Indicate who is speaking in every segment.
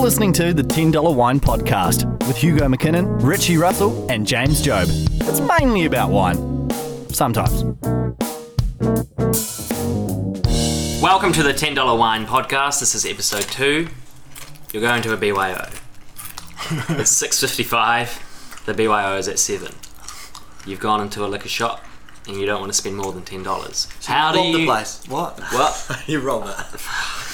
Speaker 1: listening to the $10 Wine Podcast with Hugo McKinnon, Richie Russell, and James Job. It's mainly about wine. Sometimes.
Speaker 2: Welcome to the Ten Dollar Wine Podcast. This is episode two. You're going to a BYO. it's six fifty-five. The BYO is at seven. You've gone into a liquor shop and you don't want to spend more than ten dollars. How do
Speaker 3: Rob the
Speaker 2: you?
Speaker 3: place. What?
Speaker 2: What?
Speaker 3: you rob it.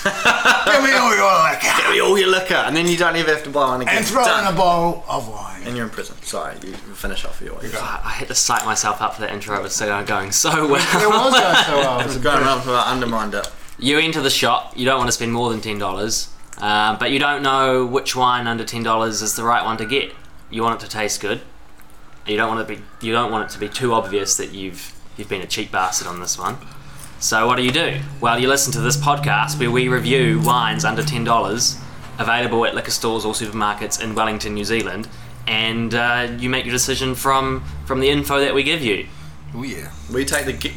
Speaker 3: Give me all your liquor. Give me all your liquor, and then you don't ever have to buy one again.
Speaker 4: and throw
Speaker 3: Done.
Speaker 4: in "Ah, a bowl of wine.
Speaker 3: And you're in prison. Sorry, you you finish off your way.
Speaker 2: I I had to psych myself up for that intro. It was so going so well.
Speaker 4: It was going so well. It was
Speaker 3: It's
Speaker 4: a
Speaker 3: going
Speaker 4: bit-
Speaker 3: around for undermined it.
Speaker 2: you enter the shop, you don't want to spend more than ten dollars, uh, but you don't know which wine under ten dollars is the right one to get. You want it to taste good. You don't want it to be you don't want it to be too obvious that you've you've been a cheap bastard on this one. So what do you do? Well, you listen to this podcast where we review wines under ten dollars, available at liquor stores or supermarkets in Wellington, New Zealand, and uh, you make your decision from from the info that we give you.
Speaker 4: Oh yeah.
Speaker 3: We take the gu-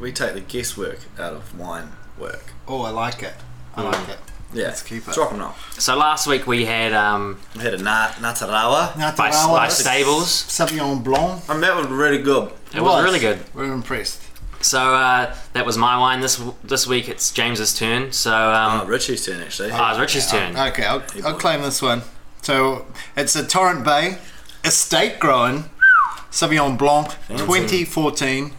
Speaker 3: we take the guesswork out of wine work.
Speaker 4: Oh, I like it. I like it.
Speaker 3: Yeah,
Speaker 4: Let's keep it.
Speaker 3: Let's rock and roll.
Speaker 2: So last week we had um,
Speaker 3: We had a nat- Natarawa.
Speaker 4: Now to
Speaker 2: by,
Speaker 4: our
Speaker 2: by Stables.
Speaker 4: Sauvignon Blanc.
Speaker 3: And that was really good.
Speaker 2: It was really good.
Speaker 4: We were impressed.
Speaker 2: So uh, that was my wine this this week. It's James's turn. So
Speaker 3: Oh,
Speaker 2: um,
Speaker 3: Richie's turn actually.
Speaker 2: ah, it's Richie's turn.
Speaker 4: Okay, I'll, I'll claim this one. So it's a Torrent Bay estate growing Sauvignon Blanc 2014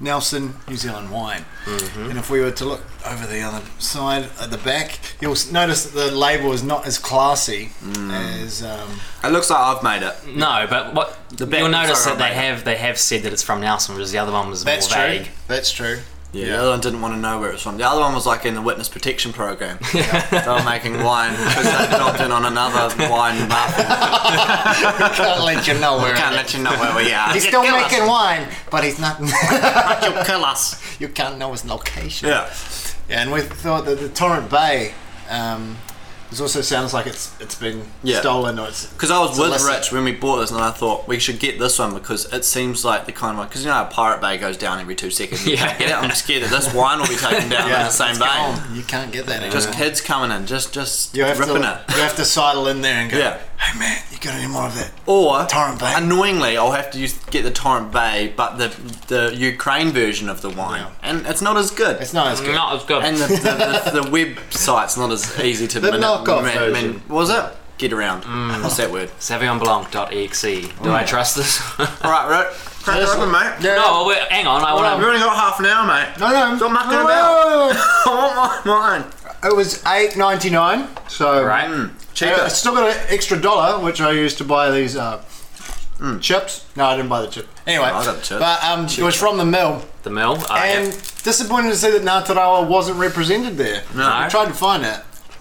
Speaker 4: Nelson New Zealand wine.
Speaker 2: Mm-hmm.
Speaker 4: And if we were to look over the other side at the back, you'll s- notice that the label is not as classy
Speaker 2: Mm.
Speaker 4: as. Um,
Speaker 3: It looks like I've made it.
Speaker 2: no, but what
Speaker 3: back
Speaker 2: you'll
Speaker 3: was
Speaker 2: notice that
Speaker 3: alright,
Speaker 2: they
Speaker 3: mate.
Speaker 2: have they have said that it's from Nelson, whereas the other one was
Speaker 4: that's
Speaker 2: more
Speaker 4: true.
Speaker 2: vague.
Speaker 4: That's true.
Speaker 3: Yeah, the other one didn't want to know where it was from. The other one was like in the witness protection program. they were making wine because they dropped in on another wine market.
Speaker 4: Can't let you know where.
Speaker 3: Can't
Speaker 4: it
Speaker 3: let you know where we are.
Speaker 4: is. He's still
Speaker 3: Kill us.
Speaker 4: making wine, but he's not.
Speaker 3: You'll kill us.
Speaker 4: you can't know his location.
Speaker 3: Yeah.
Speaker 4: Yeah, and we thought that the Torrent Bay um, it also sounds like it's it's been
Speaker 3: Yeah.
Speaker 4: stolen or it's
Speaker 3: Because I was
Speaker 4: a
Speaker 3: with
Speaker 4: lesson.
Speaker 3: Rich when we bought this, and I thought we should get this one because it seems like the kind of because you know how Pirate Bay goes down every two seconds. You
Speaker 2: Yeah.
Speaker 3: can't get it. I'm scared that this wine will be taken down in the same
Speaker 4: it's
Speaker 3: vein.
Speaker 4: gone. You can't get that.
Speaker 3: Just
Speaker 4: anymore.
Speaker 3: kids coming in, just just
Speaker 4: you have
Speaker 3: ripping
Speaker 4: to
Speaker 3: it.
Speaker 4: you have to sidle in there and go.
Speaker 3: Yeah. Oh.
Speaker 4: Hey man, you got any more of that?
Speaker 3: Or
Speaker 4: Torrent Bay.
Speaker 3: annoyingly, I'll have to use, get the Torrent Bay, but the the Ukraine version of the wine,
Speaker 4: Yeah.
Speaker 3: and it's not as good.
Speaker 4: It's not as good.
Speaker 2: Not as good.
Speaker 3: and the, the, the, the website's not as easy to
Speaker 4: The
Speaker 3: min-
Speaker 4: knockoff
Speaker 3: min-
Speaker 4: version. Mm.
Speaker 3: min- what was it? Get around. What's that word?
Speaker 2: SauvigonBlanc.exe. E Do
Speaker 3: Mm.
Speaker 2: I trust this?
Speaker 3: All right, right. Crack it open, mate.
Speaker 4: Yeah.
Speaker 2: no, wait, hang on. I want
Speaker 3: We've
Speaker 2: to.
Speaker 3: only got half an hour, mate.
Speaker 4: No, no,
Speaker 3: Stop mucking
Speaker 4: no,
Speaker 3: about.
Speaker 4: no, no,
Speaker 3: I want my- mine.
Speaker 4: no. It was eight ninety nine. So
Speaker 2: Right.
Speaker 3: Cheaper.
Speaker 4: I still got an extra dollar, which I used to buy these uh, chips. No, I didn't buy the chip. Anyway,
Speaker 3: Hmm. Oh, I got the chip.
Speaker 4: but um, it was from the mill.
Speaker 2: The mill. Oh, yeah.
Speaker 4: and disappointed to see that Natarawa wasn't represented there.
Speaker 2: No.
Speaker 4: We tried to find it.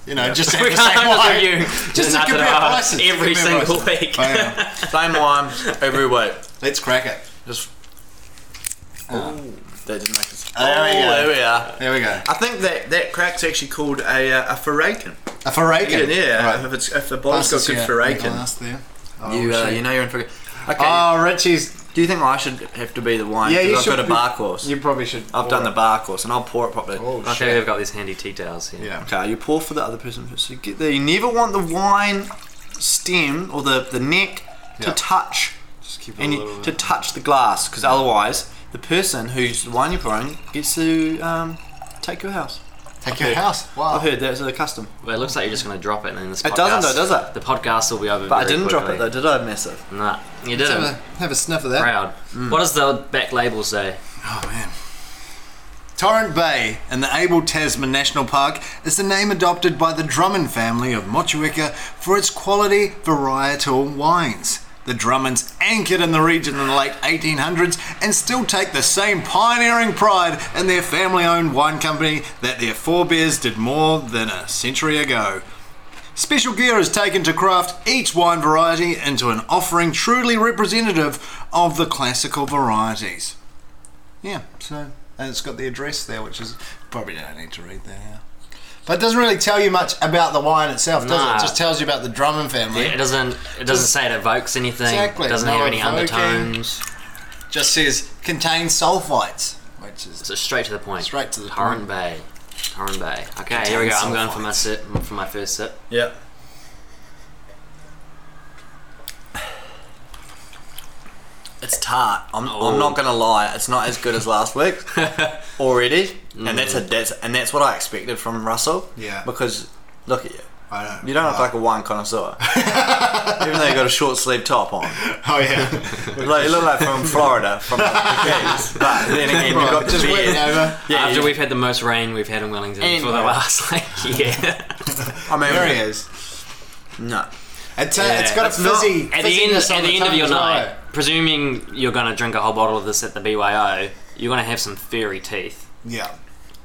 Speaker 4: You know, just to have
Speaker 2: We're
Speaker 4: the same
Speaker 2: gonna
Speaker 4: wine.
Speaker 2: review
Speaker 4: Just
Speaker 2: the
Speaker 4: to compare
Speaker 2: Natarawa
Speaker 4: prices. to
Speaker 2: every
Speaker 4: compare
Speaker 2: single
Speaker 4: prices.
Speaker 2: week.
Speaker 4: But anyway,
Speaker 3: Uh, Same wine every week.
Speaker 4: let's crack it.
Speaker 3: Just. That didn't make us.
Speaker 4: There we
Speaker 3: Oh, There
Speaker 4: go.
Speaker 3: we are.
Speaker 4: There we go.
Speaker 3: I think that that crack's actually called a uh, a ferrakin.
Speaker 4: A Farakin.
Speaker 3: Yeah,
Speaker 4: Right.
Speaker 3: if it's if the bottle's got
Speaker 4: Passes
Speaker 3: good
Speaker 4: you a
Speaker 3: ferrakin.
Speaker 4: glass there. Oh,
Speaker 3: You uh,
Speaker 4: shit.
Speaker 3: you know you're in for. Okay.
Speaker 4: Oh, Richie's.
Speaker 3: do you think I should have to be the wine?
Speaker 4: Yeah, you
Speaker 3: 'Cause I've
Speaker 4: should
Speaker 3: got a
Speaker 4: be-
Speaker 3: bar course.
Speaker 4: You probably should.
Speaker 3: I've done the bar course, and I'll pour it properly.
Speaker 4: Oh,
Speaker 2: okay,
Speaker 4: shit.
Speaker 2: we've got these handy tea towels here.
Speaker 4: Yeah.
Speaker 3: Okay, you pour for the other person first. So you get there. You never want the wine stem or the, the neck to
Speaker 4: Yeah.
Speaker 3: touch
Speaker 4: Just keep it
Speaker 3: and
Speaker 4: a little
Speaker 3: you,
Speaker 4: bit.
Speaker 3: to touch the glass because otherwise the person whose wine you're pouring gets to um, take your house.
Speaker 4: Take your house. Wow.
Speaker 3: I've heard that's a custom.
Speaker 2: Well, it looks like you're just going to drop it, and then this.
Speaker 3: It doesn't
Speaker 2: podcast-
Speaker 3: though, does it?
Speaker 2: The podcast will be over.
Speaker 3: But I
Speaker 2: very
Speaker 3: didn't drop
Speaker 2: quickly.
Speaker 3: it though, did I? Massive.
Speaker 2: Nah, you
Speaker 4: Let's
Speaker 2: didn't.
Speaker 4: Have a, have a sniff of that.
Speaker 2: Proud.
Speaker 3: Mm.
Speaker 2: What does the back label say?
Speaker 4: Oh man. Torrent Bay in the Abel Tasman National Park is the name adopted by the Drummond family of Motueka for its quality varietal wines. The Drummonds anchored in the region in the late 1800s and still take the same pioneering pride in their family owned wine company that their forebears did more than a century ago. Special gear is taken to craft each wine variety into an offering truly representative of the classical varieties. Yeah, so and it's got the address there, which is probably don't need to read that. Yeah. But it doesn't really tell you much about the wine itself, does
Speaker 2: Nah.
Speaker 4: it? It just tells you about the Drummond family.
Speaker 2: It doesn't. It doesn't say it evokes anything.
Speaker 4: Exactly,
Speaker 2: It doesn't
Speaker 4: no
Speaker 2: have any
Speaker 4: evoking.
Speaker 2: undertones.
Speaker 4: Just says contains sulfites, which is
Speaker 2: So straight to the point.
Speaker 4: Straight to the
Speaker 2: Torrent Bay. Torrent Bay. Okay, here we go. I'm going for my sip. For my first sip.
Speaker 3: Yeah. It's tart. I'm, I'm
Speaker 4: Oh.
Speaker 3: not gonna lie. It's not as good as last week already, and that's a that's and that's what I expected from Russell.
Speaker 4: Mm. Yeah.
Speaker 3: Because look at you.
Speaker 4: I don't.
Speaker 3: You don't look
Speaker 4: uh,
Speaker 3: like a wine connoisseur, even though you got a short sleeve top on.
Speaker 4: Oh yeah.
Speaker 3: Like, you look like from Florida, from the Keys. But then again, you've got
Speaker 4: just
Speaker 3: to be-
Speaker 4: waiting over.
Speaker 3: Yeah,
Speaker 2: After
Speaker 3: you-
Speaker 2: we've had the most rain we've had in Wellington
Speaker 3: And-
Speaker 2: for the last like year.
Speaker 3: I mean,
Speaker 4: There he is.
Speaker 3: no.
Speaker 4: It's, uh, it's got a
Speaker 2: It's not-
Speaker 4: fizzy.
Speaker 2: at the end,
Speaker 4: fizziness on
Speaker 2: at the end of
Speaker 4: tongue
Speaker 2: your
Speaker 4: as well.
Speaker 2: night, presuming you're going to drink a whole bottle of this at the BYO, you're going to have some fairy teeth.
Speaker 4: Yeah.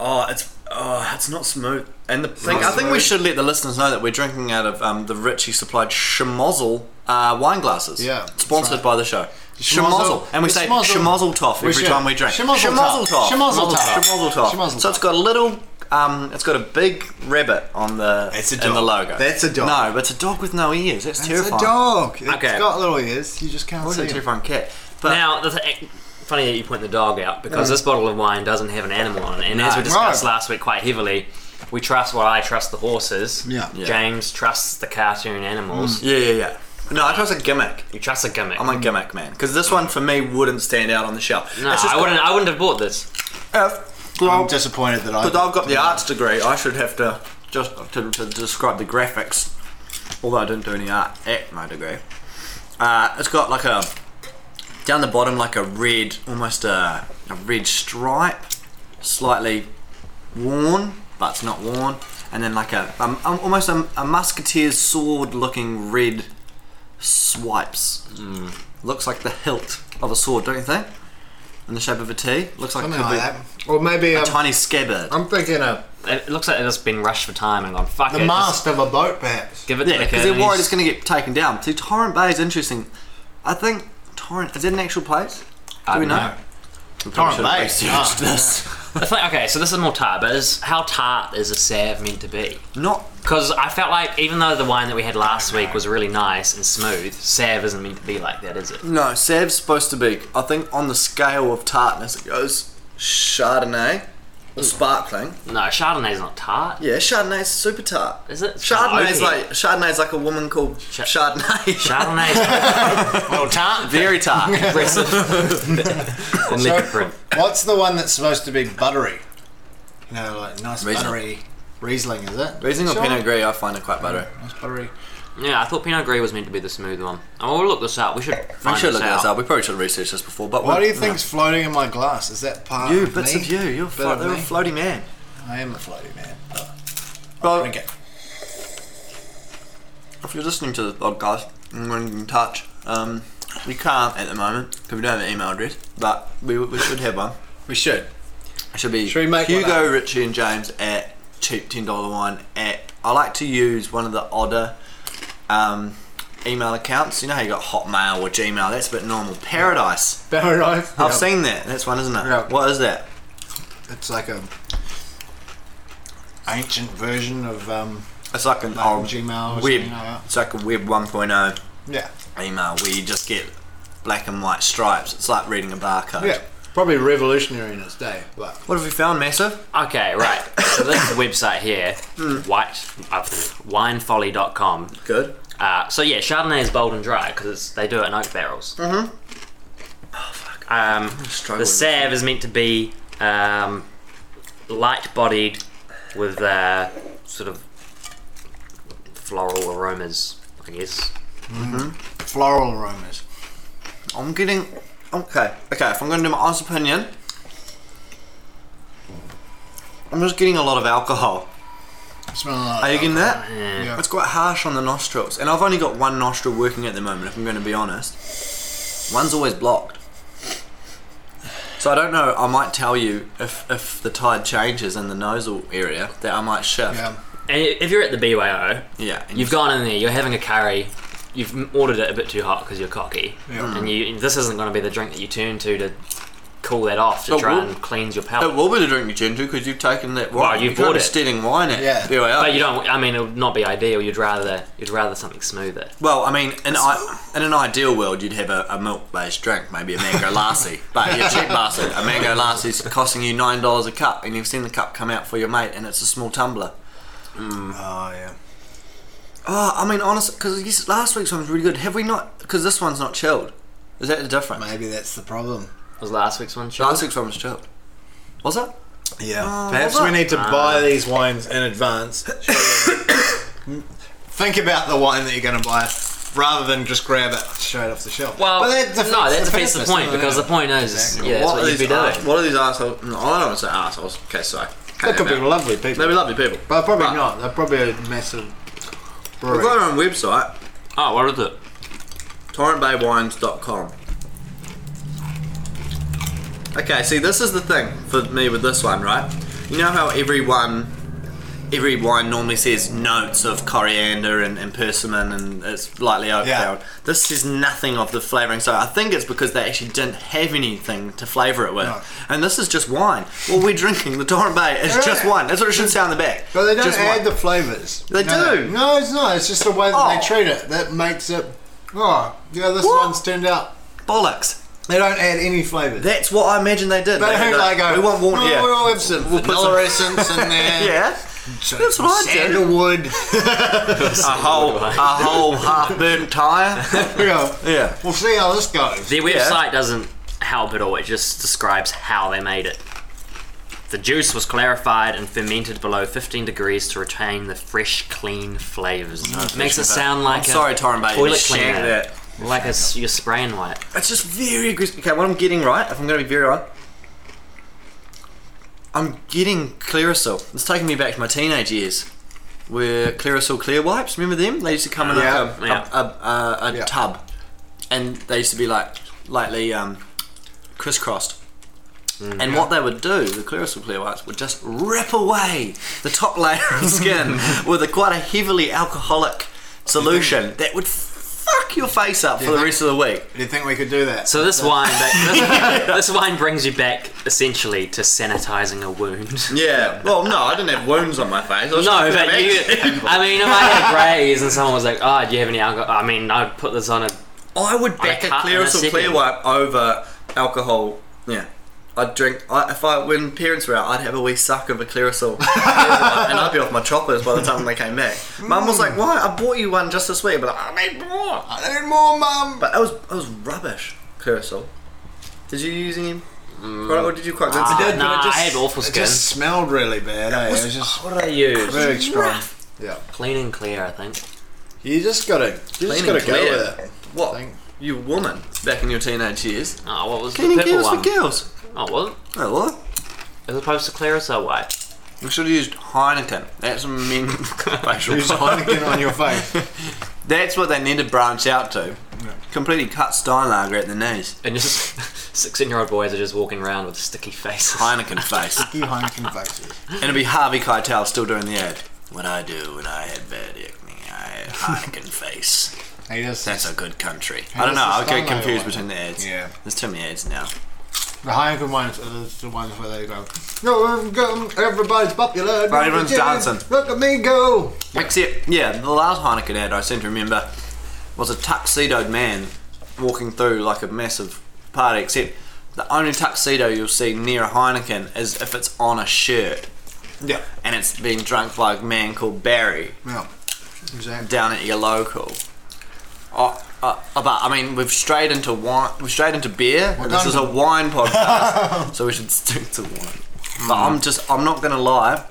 Speaker 3: Oh, it's oh, it's not smooth. And the thing,
Speaker 4: not
Speaker 3: I think we
Speaker 4: smooth.
Speaker 3: should let the listeners know that we're drinking out of um, the Richie supplied Schmozzle uh, wine glasses.
Speaker 4: Yeah, that's
Speaker 3: sponsored
Speaker 4: right.
Speaker 3: by the show.
Speaker 4: Schmozzle.
Speaker 3: Schmozzle, and we say
Speaker 4: Schmozzle.
Speaker 3: Schmozzle Toff every
Speaker 4: should.
Speaker 3: time we drink.
Speaker 4: Schmozzle Toff.
Speaker 3: Toff.
Speaker 4: Schmozzle Toff.
Speaker 3: Schmozzle Toff.
Speaker 4: Schmozzle
Speaker 3: So it's got a little. Um, it's got a big rabbit on the
Speaker 4: It's a
Speaker 3: in the
Speaker 4: dog.
Speaker 3: logo.
Speaker 4: That's a dog.
Speaker 3: No, but it's a dog with no ears. That's,
Speaker 4: It's
Speaker 3: terrifying.
Speaker 4: a dog. It's
Speaker 2: Okay.
Speaker 4: got little ears. You just can't
Speaker 3: It's
Speaker 4: see
Speaker 3: a
Speaker 4: it.
Speaker 3: terrifying cat. But
Speaker 2: now, the th- eh, funny that you point the dog out because
Speaker 3: Mm.
Speaker 2: this bottle of wine doesn't have an animal on it, and as
Speaker 4: No.
Speaker 2: we discussed
Speaker 4: No.
Speaker 2: last week quite heavily, we trust what I trust the horses.
Speaker 4: Yeah. Yeah.
Speaker 2: James trusts the cartoon animals.
Speaker 3: yeah, yeah, yeah. No, I trust a gimmick.
Speaker 2: You trust a gimmick.
Speaker 3: I'm a gimmick man because this one for me wouldn't stand out on the shelf.
Speaker 2: no,
Speaker 3: It's just
Speaker 2: I wouldn't. I wouldn't have bought this.
Speaker 3: got-
Speaker 4: I'm disappointed that I.
Speaker 3: But I've got the arts degree. I should have to just to, to describe the graphics. Although I didn't do any art at my degree. Uh, it's got like a down the bottom like a red, almost a, a red stripe, slightly worn, but it's not worn. And then like a um, um, almost a, a musketeer's sword looking red swipes.
Speaker 4: Hmm.
Speaker 3: Looks like the hilt of a sword, don't you think? In the shape of a T. Looks like it
Speaker 4: something
Speaker 3: could
Speaker 4: like
Speaker 3: be
Speaker 4: that. Or maybe
Speaker 3: a
Speaker 4: um,
Speaker 3: tiny scabbard.
Speaker 4: I'm thinking a
Speaker 2: It looks like it's been rushed for time and gone. Fuck
Speaker 4: the
Speaker 2: it.
Speaker 4: mast
Speaker 2: just
Speaker 4: of a boat, perhaps.
Speaker 2: Give it
Speaker 3: Yeah,
Speaker 2: to the kid.
Speaker 3: because they're
Speaker 2: and
Speaker 3: worried
Speaker 2: uh, he's-
Speaker 3: it's going to get taken down. See, Torrent Bay is interesting. I think Torrent is it an actual place? Do
Speaker 2: I
Speaker 3: we
Speaker 2: don't
Speaker 3: know?
Speaker 2: know. Oh.
Speaker 3: We probably
Speaker 4: Torrent
Speaker 3: should have researched
Speaker 4: Bay, yeah.
Speaker 3: this.
Speaker 2: I think- okay, so this is more tart, but is how tart is a salve meant to be?
Speaker 3: Not
Speaker 2: Because I felt like even though the wine that we had last week was really nice and smooth, salve isn't meant to be like that, is it?
Speaker 3: no. Sav's supposed to be. I think on the scale of tartness, it goes Chardonnay or sparkling.
Speaker 2: No, Chardonnay's not tart.
Speaker 3: Yeah, Chardonnay's super tart.
Speaker 2: Is it?
Speaker 3: Chardonnay's
Speaker 2: Oh, yeah.
Speaker 3: like Chardonnay's like a woman called Chardonnay.
Speaker 2: Chardonnay's
Speaker 4: Well, tart.
Speaker 3: Very tart.
Speaker 2: aggressive and
Speaker 4: So,
Speaker 2: liquid.
Speaker 4: what's the one that's supposed to be buttery? You know, like nice
Speaker 3: Riesling.
Speaker 4: buttery Riesling, is it?
Speaker 3: Raising
Speaker 4: Sure.
Speaker 3: or Pinot Gris, I find it quite buttery.
Speaker 4: Nice buttery.
Speaker 2: Yeah, I thought Pinot Gris was meant to be the smooth one. Oh, we'll look this up. We should
Speaker 3: We
Speaker 2: find
Speaker 3: should look
Speaker 2: this
Speaker 3: this
Speaker 2: out.
Speaker 3: up. We probably should have researched this before. But
Speaker 4: What
Speaker 3: we-
Speaker 4: do you think's floating in my glass? Is that part
Speaker 3: You
Speaker 4: of
Speaker 3: bits
Speaker 4: me?
Speaker 3: of you. You're
Speaker 4: Bit
Speaker 3: flo-
Speaker 4: of
Speaker 3: they're a
Speaker 4: me?
Speaker 3: floaty man.
Speaker 4: I am a floaty man. but
Speaker 3: Well,
Speaker 4: Drink it.
Speaker 3: If you're listening to the podcast and want to get in touch, um, we can't at the moment because we don't have an email address, but we, we should have one.
Speaker 4: We should.
Speaker 3: It should be
Speaker 4: Should we make one
Speaker 3: Hugo,
Speaker 4: up?
Speaker 3: Richie, and James at cheap ten dollar one at. I like to use one of the odder um, email accounts. You know how you got Hotmail or Gmail. That's a bit normal. Paradise.
Speaker 4: Paradise.
Speaker 3: I've seen that. That's one, isn't it?
Speaker 4: Yeah.
Speaker 3: What is that?
Speaker 4: It's like a ancient version of um,
Speaker 3: It's like an
Speaker 4: Like
Speaker 3: old
Speaker 4: Gmail
Speaker 3: web.
Speaker 4: or something like that.
Speaker 3: it's like a web 1.0
Speaker 4: yeah,
Speaker 3: email where you just get black and white stripes. It's like reading a barcode.
Speaker 4: yeah, probably revolutionary in its day, but
Speaker 3: What have we found, massive?
Speaker 2: Okay, right. So this is the website here, white uh, winefolly.com.
Speaker 3: Good.
Speaker 2: Uh, so yeah, Chardonnay is bold and dry because they do it in oak barrels. Mm-hmm. Oh fuck. Um,
Speaker 3: struggling
Speaker 2: the
Speaker 3: with
Speaker 2: Sav is meant to be um, light-bodied with uh, sort of floral aromas, I guess.
Speaker 4: floral aromas.
Speaker 3: I'm getting. Okay, okay, if I'm going to do my honest opinion, I'm just getting a lot of alcohol.
Speaker 4: Smelling like
Speaker 3: Are you getting that?
Speaker 4: Yeah.
Speaker 3: It's quite harsh on the nostrils, and I've only got one nostril working at the moment, if I'm going to be honest. One's always blocked. So I don't know, I might tell you if, if the tide changes in the nasal area that I might shift.
Speaker 4: Yeah.
Speaker 2: And i- if you're at the BYO,
Speaker 3: Yeah, and
Speaker 2: you've gone in there, you're having a curry, you've m- ordered it a bit too hot because you're cocky,
Speaker 4: Yeah.
Speaker 2: and you this isn't going to be the drink that you turn to to cool that off to
Speaker 3: It
Speaker 2: try
Speaker 3: will-
Speaker 2: and cleanse your
Speaker 3: It
Speaker 2: palate.
Speaker 3: will be the drink you tend to because you've taken that wine.
Speaker 2: you've
Speaker 3: You're
Speaker 2: bought it.
Speaker 3: stealing wine at
Speaker 4: Yeah.
Speaker 3: BYO.
Speaker 2: But you don't. I mean, it would not be ideal. You'd rather you'd rather something smoother.
Speaker 3: Well, I mean, in, I, in an ideal world, you'd have a, a milk-based drink, maybe a mango lassi, but you're cheap bastard. A mango lassi's costing you nine dollars a cup, and you've seen the cup come out for your mate, and it's a small tumbler.
Speaker 4: Oh yeah.
Speaker 3: Oh, I mean, honestly, because last week's one was really good. Have we not? Because this one's not chilled. Is that the difference?
Speaker 4: Maybe that's the problem.
Speaker 2: Was last week's one shot?
Speaker 3: Last week's one was chilled. Was it?
Speaker 4: Yeah.
Speaker 3: Oh,
Speaker 4: Perhaps we need to buy these wines in advance. Think about the wine that you're going to buy rather than just grab it straight off the shelf.
Speaker 2: Well,
Speaker 4: But that defeats
Speaker 2: no, that defeats the
Speaker 4: purpose,
Speaker 2: point
Speaker 4: doesn't
Speaker 2: because the
Speaker 4: it?
Speaker 2: point is,
Speaker 4: Exactly.
Speaker 2: yeah, that's what,
Speaker 3: are
Speaker 2: you'd be
Speaker 3: these
Speaker 2: doing.
Speaker 3: arse- what are these assholes? No, I don't want to say assholes. Okay, sorry.
Speaker 4: They could be
Speaker 3: Maybe
Speaker 4: lovely people.
Speaker 3: lovely people.
Speaker 4: But probably
Speaker 3: But-
Speaker 4: not. They're probably a massive
Speaker 3: We've
Speaker 4: brewery.
Speaker 3: got our own website,
Speaker 2: Oh, what is it?
Speaker 3: torrentbaywines.com. Okay, see, this is the thing for me with this one, right? You know how everyone, every wine normally says notes of coriander and, and persimmon and it's lightly oak
Speaker 4: Yeah.
Speaker 3: flavored. This is nothing of the flavoring, so I think it's because they actually didn't have anything to flavor it with.
Speaker 4: No.
Speaker 3: And this is just wine. What we're drinking, the Torrent Bay, is
Speaker 4: Right.
Speaker 3: just wine. That's what it should say on the back.
Speaker 4: But they don't
Speaker 3: just
Speaker 4: add
Speaker 3: wine.
Speaker 4: the flavours.
Speaker 3: They
Speaker 4: no,
Speaker 3: do.
Speaker 4: No, it's not. It's just the way that they
Speaker 3: Oh.
Speaker 4: treat it that makes it. Oh, yeah, this
Speaker 3: What?
Speaker 4: one's turned out.
Speaker 3: bollocks.
Speaker 4: They don't add any flavours.
Speaker 3: That's what I imagine they did.
Speaker 4: They
Speaker 3: They
Speaker 4: don't
Speaker 3: had
Speaker 4: like
Speaker 3: a-
Speaker 4: go.
Speaker 3: We want warm.
Speaker 4: "Oh,
Speaker 3: yeah.
Speaker 4: We'll have some
Speaker 3: We'll put
Speaker 4: vanilla
Speaker 3: some-
Speaker 4: essence in there.
Speaker 3: yeah.
Speaker 4: some
Speaker 3: that's what I did.
Speaker 4: Sandalwood.
Speaker 3: A whole, a whole half burnt tire.
Speaker 4: yeah.
Speaker 3: yeah.
Speaker 4: We'll see how this goes.
Speaker 2: Their website doesn't help at all. It just describes how they made it. The juice was clarified and fermented below 15 degrees to retain the fresh, clean flavors. Makes it sound like
Speaker 3: I'm
Speaker 2: a
Speaker 3: sorry, Torrin Bay, you
Speaker 2: toilet
Speaker 3: just shagged
Speaker 2: cleaner.
Speaker 3: that.
Speaker 2: Like a s you're spraying white.
Speaker 3: It's just very aggressive. Okay, what I'm getting right, if I'm going to be very right, I'm getting Clearasil. It's taking me back to my teenage years. Where Clearasil clear wipes, remember them? They used to come in like
Speaker 4: Yeah,
Speaker 3: a,
Speaker 2: yeah.
Speaker 3: a, a, a, a
Speaker 4: Yeah.
Speaker 3: tub, and they used to be like lightly um, crisscrossed.
Speaker 4: Mm-hmm.
Speaker 3: And what they would do, the Clearasil clear wipes would just rip away the top layer of skin with a quite a heavily alcoholic solution that would fuck your face up for the
Speaker 4: think-
Speaker 3: rest of the week.
Speaker 4: Do you think we could do that?
Speaker 2: So this wine, ba- this, this wine brings you back essentially to sanitizing a wound.
Speaker 3: Yeah. Well, no, I didn't have wounds on my face. I was
Speaker 2: No,
Speaker 3: just
Speaker 2: but you. I mean, if I had greys and someone was like, "Oh, do you have any alcohol?" I mean, I'd put this on a.
Speaker 3: I would back
Speaker 2: I
Speaker 3: a
Speaker 2: cut in a
Speaker 3: Clearasil
Speaker 2: second.
Speaker 3: clear wipe over alcohol. Yeah. I'd drink. I, if I when parents were out, I'd have a wee suck of a Clearasil, Clear Wipe, and I'd be off my choppers by the time they came back. Mum was like, "Why? I bought you one just this week, but I need more."
Speaker 4: I need more, mum.
Speaker 3: But it was it was rubbish. Clearasil. Did you use any? product, or did you quite?
Speaker 2: Ah,
Speaker 3: I
Speaker 4: did, but
Speaker 2: nah,
Speaker 4: it just-
Speaker 2: I had awful
Speaker 4: It
Speaker 2: skin.
Speaker 4: just smelled really bad. eh? It was, just
Speaker 2: what do they use?
Speaker 4: very strong.
Speaker 3: rough.
Speaker 4: Yeah.
Speaker 2: Clean and clear, I think.
Speaker 4: You just gotta. You just gotta go with it.
Speaker 3: What?
Speaker 4: Thing.
Speaker 3: You woman back in your teenage years.
Speaker 2: Oh, what was
Speaker 3: Cleaning
Speaker 2: the purple
Speaker 3: girls
Speaker 2: one?
Speaker 3: for girls.
Speaker 2: Oh, was it?
Speaker 3: Oh, what?
Speaker 2: As opposed to clear or so white?
Speaker 3: We should have used Heineken. That's a men facial
Speaker 4: Use
Speaker 3: product.
Speaker 4: Heineken on your face.
Speaker 3: That's what they need to branch out to. Completely cut Steinlager at the knees.
Speaker 2: And just 16 year old boys are just walking around with sticky faces.
Speaker 3: Heineken face.
Speaker 4: You Heineken faces.
Speaker 3: and it'd be Harvey Keitel still doing the ad. What I do when I had bad acne, I had Heineken face.
Speaker 4: He just
Speaker 3: That's a good country.
Speaker 4: Hey,
Speaker 3: I don't know. I
Speaker 4: that's the
Speaker 3: get
Speaker 4: Steinlager
Speaker 3: confused
Speaker 4: one.
Speaker 3: between the ads.
Speaker 4: Yeah.
Speaker 3: There's too many ads now.
Speaker 4: The Heineken ones are the- the ones where they go, no, we've got- everybody's popular. look at
Speaker 3: everyone's
Speaker 4: you,
Speaker 3: dancing."
Speaker 4: Look at me go.
Speaker 3: Except, yeah, the last Heineken ad I seem to remember was a tuxedoed man walking through like a massive party. Except the only tuxedo you'll see near a Heineken is if it's on a shirt
Speaker 4: Yeah.
Speaker 3: and it's been drunk by a man called Barry
Speaker 4: Yeah. Exactly.
Speaker 3: down at your local. Oh, uh, but I mean, we've strayed into wine. We've strayed into beer.
Speaker 4: We're
Speaker 3: and this
Speaker 4: done.
Speaker 3: is a wine podcast, so we should stick to wine. But I'm just. I'm not gonna lie.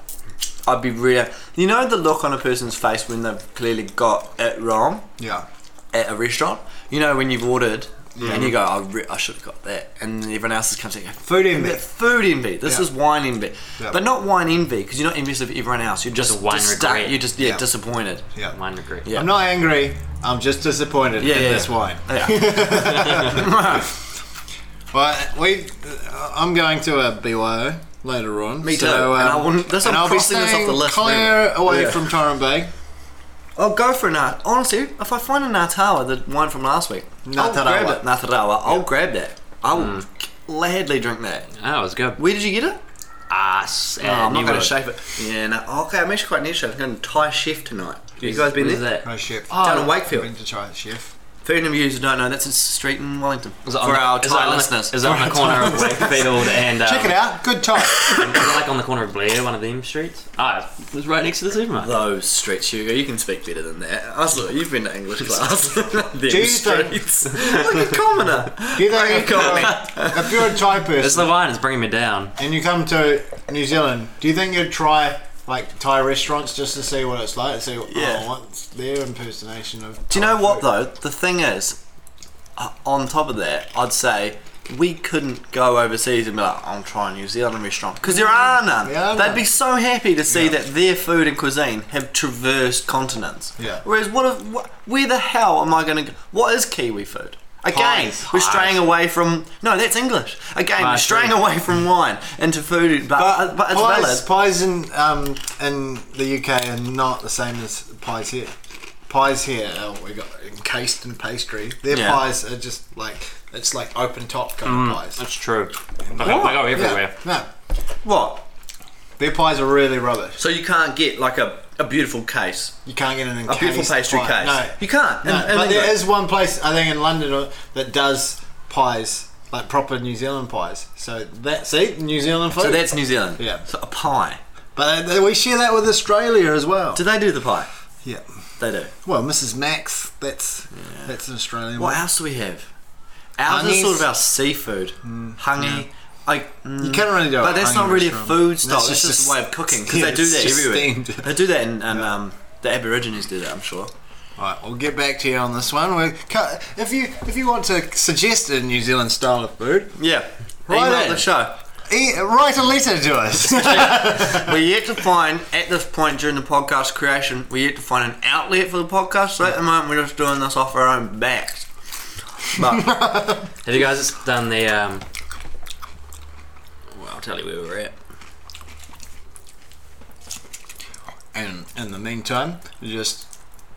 Speaker 3: I'd be real. You know the look on a person's face when they've clearly got it wrong
Speaker 4: Yeah.
Speaker 3: at a restaurant. You know when you've ordered and you go, I, re- I should have got that, and then everyone else comes in. and go,
Speaker 4: Food envy.
Speaker 3: "That Food envy. This
Speaker 4: Yeah.
Speaker 3: is wine envy,
Speaker 4: Yeah.
Speaker 3: but not wine envy because you're not envious of everyone else. You're just
Speaker 2: a wine
Speaker 3: disgust-
Speaker 2: regret.
Speaker 3: You're just yeah,
Speaker 4: Yeah.
Speaker 3: disappointed.
Speaker 4: Yeah.
Speaker 2: Mine regret.
Speaker 3: Yeah.
Speaker 4: I'm not angry. I'm just disappointed
Speaker 3: Yeah,
Speaker 4: in
Speaker 3: yeah,
Speaker 4: this
Speaker 3: yeah.
Speaker 4: wine.
Speaker 3: Yeah.
Speaker 4: But we, uh, I'm going to a BYO later on.
Speaker 3: Me too.
Speaker 4: So, um,
Speaker 3: And I wouldn't- this-
Speaker 4: and
Speaker 3: I'm
Speaker 4: I'll be
Speaker 3: crossing this off
Speaker 4: staying
Speaker 3: the list,
Speaker 4: Clear
Speaker 3: man.
Speaker 4: away
Speaker 3: Yeah.
Speaker 4: from Torrent Bay.
Speaker 3: I'll go for an art. Honestly, if I find an Artawa, the wine from last week, I'll
Speaker 4: Natarawa.
Speaker 3: grab it. Natarawa, I'll grab that. I will
Speaker 2: Mm.
Speaker 3: gladly drink that.
Speaker 2: Oh, it was good. Ah,
Speaker 3: Where did you get it?
Speaker 2: Ass.
Speaker 3: Oh, I'm not going to shave it. Yeah, no. Oh, Okay, I'm actually quite near shave. I'm going to Thai Chef tonight. Have you
Speaker 2: Is-
Speaker 3: guys been
Speaker 2: is
Speaker 3: there?
Speaker 2: that-
Speaker 4: No chef.
Speaker 3: Oh. Down in Wakefield.
Speaker 4: Been to try the chef.
Speaker 3: Feeding users don't know that's a street in Wellington.
Speaker 2: Is
Speaker 3: For
Speaker 2: it on the-
Speaker 3: our
Speaker 2: is it
Speaker 3: Thai
Speaker 2: on the-
Speaker 3: listeners,
Speaker 2: Is it on the corner of Wakefield and. Um,
Speaker 4: Check it out. Good time.
Speaker 2: and is it like on the corner of Blair, one of them streets? Ah, it was right next to the supermarket.
Speaker 3: those streets, Hugo. You can speak better than that. Uzzler, you've been to English class. Them
Speaker 4: you think-
Speaker 3: streets. Like a commoner.
Speaker 4: Do you
Speaker 3: Like
Speaker 4: think
Speaker 3: a
Speaker 4: if you're,
Speaker 3: commoner.
Speaker 4: if you're a Thai
Speaker 2: It's
Speaker 4: person
Speaker 2: the wine, it's bringing me down.
Speaker 4: and you come to New Zealand, do you think you'd try like Thai restaurants just to see what it's like? To see what,
Speaker 3: Yeah.
Speaker 4: oh, what's their impersonation of.
Speaker 3: Do you know
Speaker 4: Thai
Speaker 3: what
Speaker 4: food?
Speaker 3: though? The thing is, uh, on top of that, I'd say we couldn't go overseas and be like, "I'm trying New Zealand restaurant," because
Speaker 4: Mm.
Speaker 3: there are none.
Speaker 4: There are
Speaker 3: They'd
Speaker 4: none.
Speaker 3: be so happy to see that their food and cuisine have traversed continents.
Speaker 4: Yeah.
Speaker 3: Whereas, what if? Wh- where the hell am I going to? What is Kiwi food? Again,
Speaker 4: Pies.
Speaker 3: we're straying away from no, that's English. Again, we're
Speaker 2: Pies,
Speaker 3: straying
Speaker 2: food.
Speaker 3: away from wine into food, but uh, but, it's
Speaker 4: Mm. pies,
Speaker 3: valid.
Speaker 4: pies in um, in the UK are not the same as pies here. Pies here, uh, we got encased in pastry. Their
Speaker 3: Yeah. Mm.
Speaker 4: pies are just like it's like open top kind of pies.
Speaker 2: That's true. They go, they go everywhere.
Speaker 4: Yeah, no,
Speaker 3: What?
Speaker 4: their pies are really rubbish.
Speaker 3: So you can't get like a, a beautiful case.
Speaker 4: You can't get an encased
Speaker 3: A beautiful pastry
Speaker 4: pie.
Speaker 3: case.
Speaker 4: No,
Speaker 3: You can't.
Speaker 4: No,
Speaker 3: In- in
Speaker 4: but there
Speaker 3: England.
Speaker 4: is one place I think in London uh, that does pies like proper New Zealand pies. So that see New Zealand food.
Speaker 3: So that's New Zealand.
Speaker 4: Yeah.
Speaker 3: So a pie.
Speaker 4: but uh, we share that with Australia as well.
Speaker 3: Do they do the pie?
Speaker 4: Yeah.
Speaker 3: They do.
Speaker 4: Well, Mrs. Max, that's that's an Australian
Speaker 3: What
Speaker 4: one.
Speaker 3: else do we have? Ours is
Speaker 4: Hungies.
Speaker 3: sort of our seafood. Hungy. I, mm,
Speaker 4: Mm. You can't really do it
Speaker 3: But that's
Speaker 4: hungy
Speaker 3: not really a
Speaker 4: restaurant.
Speaker 3: food style.
Speaker 4: That's
Speaker 3: That's just,
Speaker 4: just
Speaker 3: a way of cooking because
Speaker 4: yeah,
Speaker 3: they do
Speaker 4: it's
Speaker 3: that
Speaker 4: just
Speaker 3: everywhere.
Speaker 4: steamed.
Speaker 3: They do that in, in um, the Aborigines do that. I'm sure.
Speaker 4: All right, we'll get back to you on this one. We ca- if you if you want to suggest a New Zealand style of food,
Speaker 3: Yeah.
Speaker 4: Right
Speaker 3: Right
Speaker 4: on.
Speaker 3: the show.
Speaker 4: e- write a letter to us.
Speaker 3: We're yet to find at this point during the podcast creation. We're yet to find an outlet for the podcast. So at the moment, we're just doing this off our own backs. But
Speaker 2: Have you guys done the. Um, well, I'll tell you where we're at.
Speaker 4: and in the meantime, just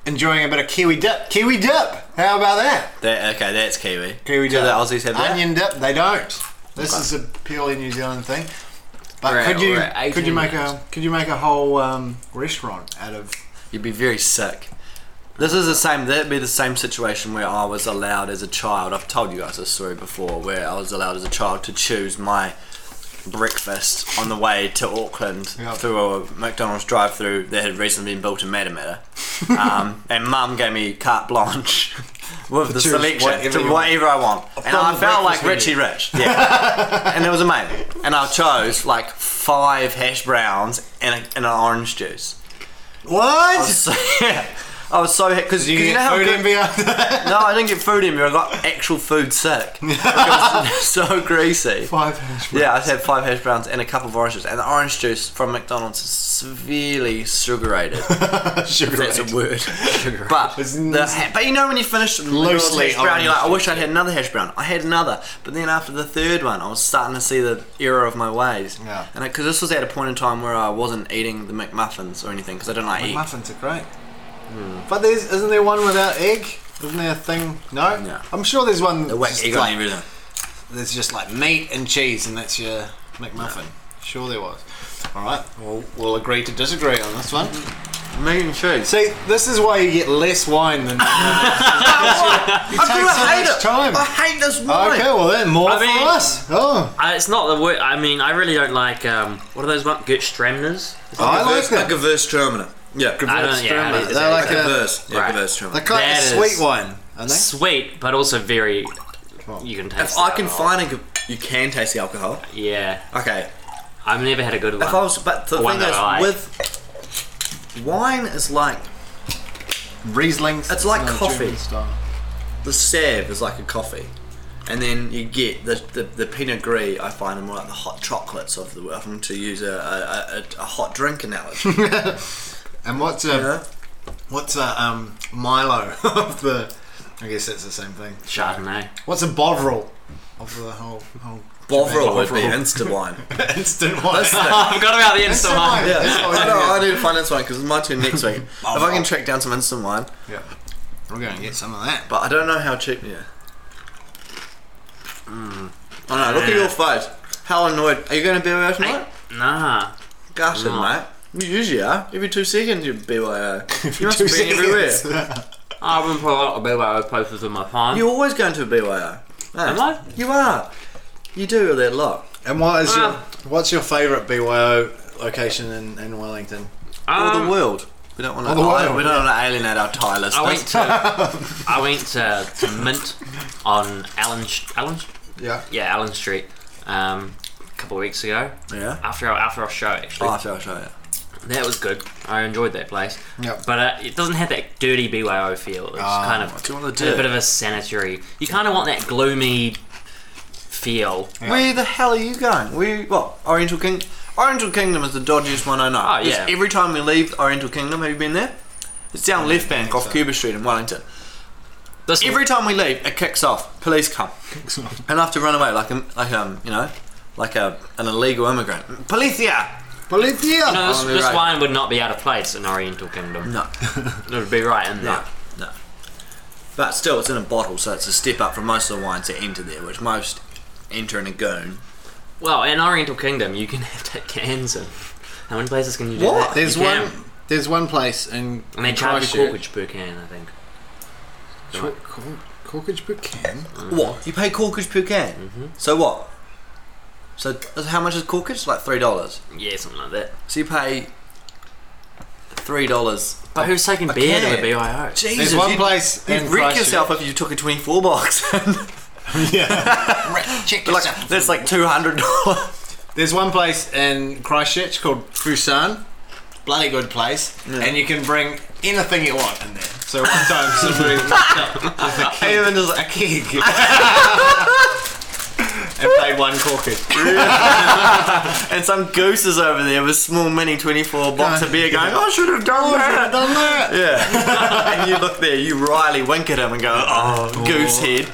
Speaker 4: enjoying a bit of kiwi dip. Kiwi dip. How about that?
Speaker 3: that, okay, that's kiwi.
Speaker 4: Kiwi
Speaker 3: Do
Speaker 4: dip.
Speaker 3: the Aussies have that?
Speaker 4: Onion dip. They don't. This is a purely New Zealand thing. But
Speaker 3: We're at-
Speaker 4: could you
Speaker 3: we're at
Speaker 4: could you
Speaker 3: 18
Speaker 4: make a
Speaker 3: minutes.
Speaker 4: could you make a whole um, restaurant out of
Speaker 3: You'd be very sick. This is the same. That'd be the same situation where I was allowed as a child. I've told you guys this story before, where I was allowed as a child to choose my breakfast on the way to Auckland
Speaker 4: Yeah.
Speaker 3: through a McDonald's drive-through that had recently been built in Matamata. um, and Mum gave me carte blanche with the
Speaker 4: choose
Speaker 3: selection
Speaker 4: whatever
Speaker 3: to
Speaker 4: you
Speaker 3: whatever I want, and
Speaker 4: From
Speaker 3: I
Speaker 4: the
Speaker 3: felt like
Speaker 4: breakfast
Speaker 3: Richie
Speaker 4: menu.
Speaker 3: Rich. Yeah, and it was amazing. And I chose like five hash browns and, a, and an orange juice.
Speaker 4: what?
Speaker 3: I was so, yeah, I was so because you,
Speaker 4: Did you
Speaker 3: know
Speaker 4: get
Speaker 3: how
Speaker 4: food
Speaker 3: good,
Speaker 4: envy after that?
Speaker 3: No, I didn't get food in me. I got actual food sick. It was so greasy.
Speaker 4: Five hash browns.
Speaker 3: Yeah, I had five hash browns and a cup of orange juice, and the orange juice from McDonald's is severely sugarated.
Speaker 4: Sugar
Speaker 3: That's a
Speaker 4: rate.
Speaker 3: word. but
Speaker 4: Isn't
Speaker 3: the,
Speaker 4: this-
Speaker 3: ha- but you know when you finish the McDonald's
Speaker 4: Loosely
Speaker 3: hash brown, you're like, I
Speaker 4: orange.
Speaker 3: wish I'd had another hash brown. I had another, but then after the third one, I was starting to see the error of my ways.
Speaker 4: Yeah.
Speaker 3: And because this was at a point in time where I wasn't eating the McMuffins or anything because I didn't like egg.
Speaker 4: Muffins are great. But there's isn't there one without egg? Isn't there a thing? No.
Speaker 3: No.
Speaker 4: I'm sure there's one.
Speaker 3: The
Speaker 4: just
Speaker 3: whack egg on
Speaker 4: like-
Speaker 3: everything.
Speaker 4: there's just like meat and cheese, and that's your McMuffin. Sure there was. All right. Well, we'll agree to disagree on this one.
Speaker 3: Meat and cheese.
Speaker 4: See, this is why you get less wine than.
Speaker 3: I
Speaker 4: take
Speaker 3: gotta
Speaker 4: so
Speaker 3: hate
Speaker 4: much
Speaker 3: it.
Speaker 4: time.
Speaker 3: I hate this
Speaker 2: Oh,
Speaker 3: wine.
Speaker 4: okay. Well then, more
Speaker 2: I
Speaker 4: for
Speaker 2: mean-
Speaker 4: us. Oh,
Speaker 2: Uh, it's not the word. I mean, I really don't like. Um, what are those ones? Gertstremners?
Speaker 4: I like
Speaker 3: Like
Speaker 4: them.
Speaker 3: a verse termina. Yeah.
Speaker 2: I don't- yeah, I don't-
Speaker 4: They're like
Speaker 3: Like a
Speaker 4: a,
Speaker 3: verse. Yeah,
Speaker 2: Right.
Speaker 3: reverse
Speaker 4: they're
Speaker 3: termina.
Speaker 4: kind
Speaker 2: That
Speaker 4: of
Speaker 2: is-
Speaker 4: sweet wine, aren't they?
Speaker 2: Sweet, but also very. You can taste
Speaker 3: If I
Speaker 2: the
Speaker 3: can
Speaker 2: alcohol.
Speaker 3: find a, you can taste the alcohol.
Speaker 2: Yeah.
Speaker 3: Okay.
Speaker 2: I've never had a good one.
Speaker 3: If I was, but the
Speaker 2: Or one
Speaker 3: thing
Speaker 2: that
Speaker 3: is,
Speaker 2: I like.
Speaker 3: with wine is like
Speaker 4: Rieslings.
Speaker 3: It's like
Speaker 4: another
Speaker 3: coffee.
Speaker 4: German style.
Speaker 3: the sav is like a coffee, and then you get the the, the pinot gris. I find are more like the hot chocolates of the of them to use a a, a, a hot drink analogy. you
Speaker 4: And what's a
Speaker 3: know?
Speaker 4: What's a um, Milo of the? I guess that's the same thing.
Speaker 2: Chardonnay.
Speaker 4: What's a Bovril of the whole whole
Speaker 3: Bovril would be
Speaker 4: Bovril.
Speaker 3: instant wine.
Speaker 4: instant wine?
Speaker 2: I forgot about the instant one. Oh.
Speaker 3: Yeah,
Speaker 4: That's what
Speaker 3: I,
Speaker 4: we
Speaker 3: know,
Speaker 4: do.
Speaker 3: I need to find this one because it's my turn next week. if I can track down some instant wine,
Speaker 4: yeah, we're going to get some of that.
Speaker 3: but I don't know how cheap. Yeah.
Speaker 2: Hmm.
Speaker 3: I know. Look at your face. How annoyed are you going to be with tonight?
Speaker 2: Nah.
Speaker 3: Gutted,
Speaker 2: No.
Speaker 3: mate. You usually are. Every two seconds you BYO. You must
Speaker 4: Two
Speaker 3: have been everywhere.
Speaker 4: seconds.
Speaker 2: I haven't put a lot of BYO places in my time.
Speaker 3: You're always going to a BYO. No,
Speaker 2: Am I?
Speaker 3: You are. You do that a lot.
Speaker 4: And what is your
Speaker 2: Ah.
Speaker 4: what's your favourite BYO location in, in Wellington?
Speaker 3: Or
Speaker 2: Um,
Speaker 3: the world. We don't want to.
Speaker 4: Or the world,
Speaker 3: We don't want to alienate our Thai listeners.
Speaker 2: I went to I went to, to Mint on Allen Sh- Allen Sh-
Speaker 4: Yeah.
Speaker 2: yeah Allen Street um, a couple of weeks ago
Speaker 3: Yeah.
Speaker 2: after our after our show actually
Speaker 3: Oh, sure, sure, yeah.
Speaker 2: that was good I enjoyed that place
Speaker 4: Yeah.
Speaker 2: but uh, it doesn't have that dirty BYO feel it's
Speaker 4: Ah,
Speaker 2: kind of
Speaker 3: do you want the
Speaker 2: a bit
Speaker 3: dirt?
Speaker 2: of a sanitary you kind of want that gloomy feel
Speaker 3: Where the hell are you going? We well, Oriental King. Oriental Kingdom is the dodgiest one I know.
Speaker 2: Oh,
Speaker 3: It's
Speaker 2: yeah.
Speaker 3: Every time we leave Oriental Kingdom, have you been there? It's down left bank off
Speaker 4: so.
Speaker 3: Cuba Street in Wellington.
Speaker 2: this
Speaker 3: Every time we leave, it kicks off. Police come, and I have to run away like a, like um you know, like a an illegal immigrant. Policia.
Speaker 4: Bolivia.
Speaker 2: no, this,
Speaker 3: Oh,
Speaker 2: this
Speaker 3: right.
Speaker 2: wine would not be out of place in Oriental Kingdom.
Speaker 3: No,
Speaker 2: It would be right in there.
Speaker 3: no, no. But still, it's in a bottle, so it's a step up from most of the wines that enter there, which most enter in a goon.
Speaker 2: Well, in Oriental Kingdom, you can have take cans and how many places can you do
Speaker 3: What?
Speaker 2: that?
Speaker 4: There's
Speaker 2: You can.
Speaker 4: one. There's one place in,
Speaker 2: And they
Speaker 4: in
Speaker 2: charge you corkage
Speaker 4: Christchurch.
Speaker 2: per can, I think.
Speaker 4: Cor- Cor- Corkage Buchan.
Speaker 3: What? You pay corkage per can?
Speaker 4: Mm-hmm.
Speaker 3: So what? So that's- how much is corkage? Like three dollars.
Speaker 2: Yeah, something like that.
Speaker 3: So you pay three dollars.
Speaker 2: But who's taking beer to a
Speaker 3: can.
Speaker 2: BIO?
Speaker 3: Jesus,
Speaker 4: one
Speaker 3: you'd-
Speaker 4: place
Speaker 3: you'd
Speaker 4: in
Speaker 3: wreck
Speaker 4: Christchurch-
Speaker 3: yourself if you took a twenty-four box.
Speaker 4: Yeah. Right, check
Speaker 3: like,
Speaker 4: yourself.
Speaker 3: that's like two hundred dollars.
Speaker 4: There's one place in Christchurch called Busan. Bloody good place. And you can bring anything you want in there. So one time somebody
Speaker 3: I even just like,
Speaker 4: gig and pay one corkage.
Speaker 3: and some gooses over there with small mini twenty-four box of beer going. I should have
Speaker 4: Oh,
Speaker 3: done that.
Speaker 4: Done that.
Speaker 3: Yeah. and you look there, you wryly wink at him and go, "Oh, goose head."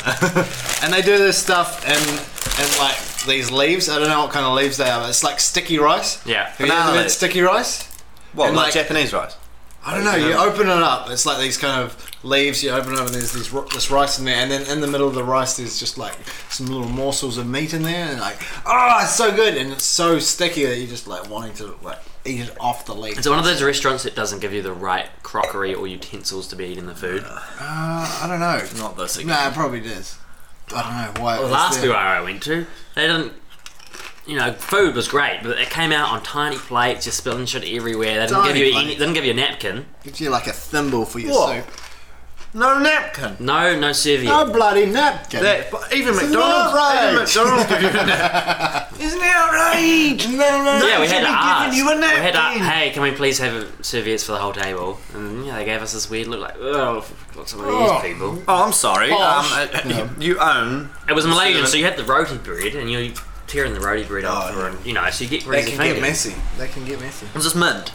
Speaker 4: And they do this stuff in in like these leaves. I don't know what kind of leaves they are. But it's like sticky rice.
Speaker 2: Yeah.
Speaker 4: Have you
Speaker 3: Banana
Speaker 4: ever had
Speaker 3: leaf.
Speaker 4: sticky rice?
Speaker 3: What?
Speaker 4: And
Speaker 3: like,
Speaker 4: like-
Speaker 3: Japanese rice?
Speaker 4: I don't know. You open it up. It's like these kind of leaves. You open it up, and there's these, ri- this rice in there. And then in the middle of the rice, there's just like some little morsels of meat in there. And like, oh, it's so good, and it's so sticky that you're just like wanting to like eat it off the leaf.
Speaker 2: It's one of those restaurants that doesn't give you the right crockery or utensils to be eating the food.
Speaker 4: uh, I don't know.
Speaker 3: Not this again.
Speaker 4: No, it probably does. I don't know why. it
Speaker 2: The
Speaker 4: was
Speaker 2: last
Speaker 4: there.
Speaker 2: BIO I went to, they didn't. You know, food was great, but it came out on tiny plates, just spilling shit everywhere. They didn't
Speaker 4: Tiny
Speaker 2: give you any,
Speaker 4: plates.
Speaker 2: didn't give you a napkin.
Speaker 4: gives you like a thimble for your
Speaker 3: What?
Speaker 4: soup.
Speaker 3: No napkin.
Speaker 2: No, no serviette.
Speaker 4: No bloody napkin.
Speaker 3: That, but even
Speaker 4: It's an
Speaker 3: McDonald's, even
Speaker 4: outrage.
Speaker 3: McDonald's give you a napkin. It's an outrage. No, no,
Speaker 2: yeah, we had to ask.
Speaker 3: You a
Speaker 2: we had to,
Speaker 3: napkin.
Speaker 2: hey, can we please have serviettes for the whole table? And yeah, they gave us this weird look, like, oh, fuck some of these
Speaker 4: Oh.
Speaker 2: people.
Speaker 3: Oh, I'm sorry. Um,
Speaker 4: Posh.
Speaker 3: uh, you, you own.
Speaker 2: It was Malaysian,
Speaker 3: Cinnamon.
Speaker 2: so you had the roti bread, and you're tearing the roti bread up, for, you know, so you get
Speaker 4: They
Speaker 2: greasy
Speaker 4: can
Speaker 2: fingers.
Speaker 4: get messy. They can get messy.
Speaker 3: Was this mint?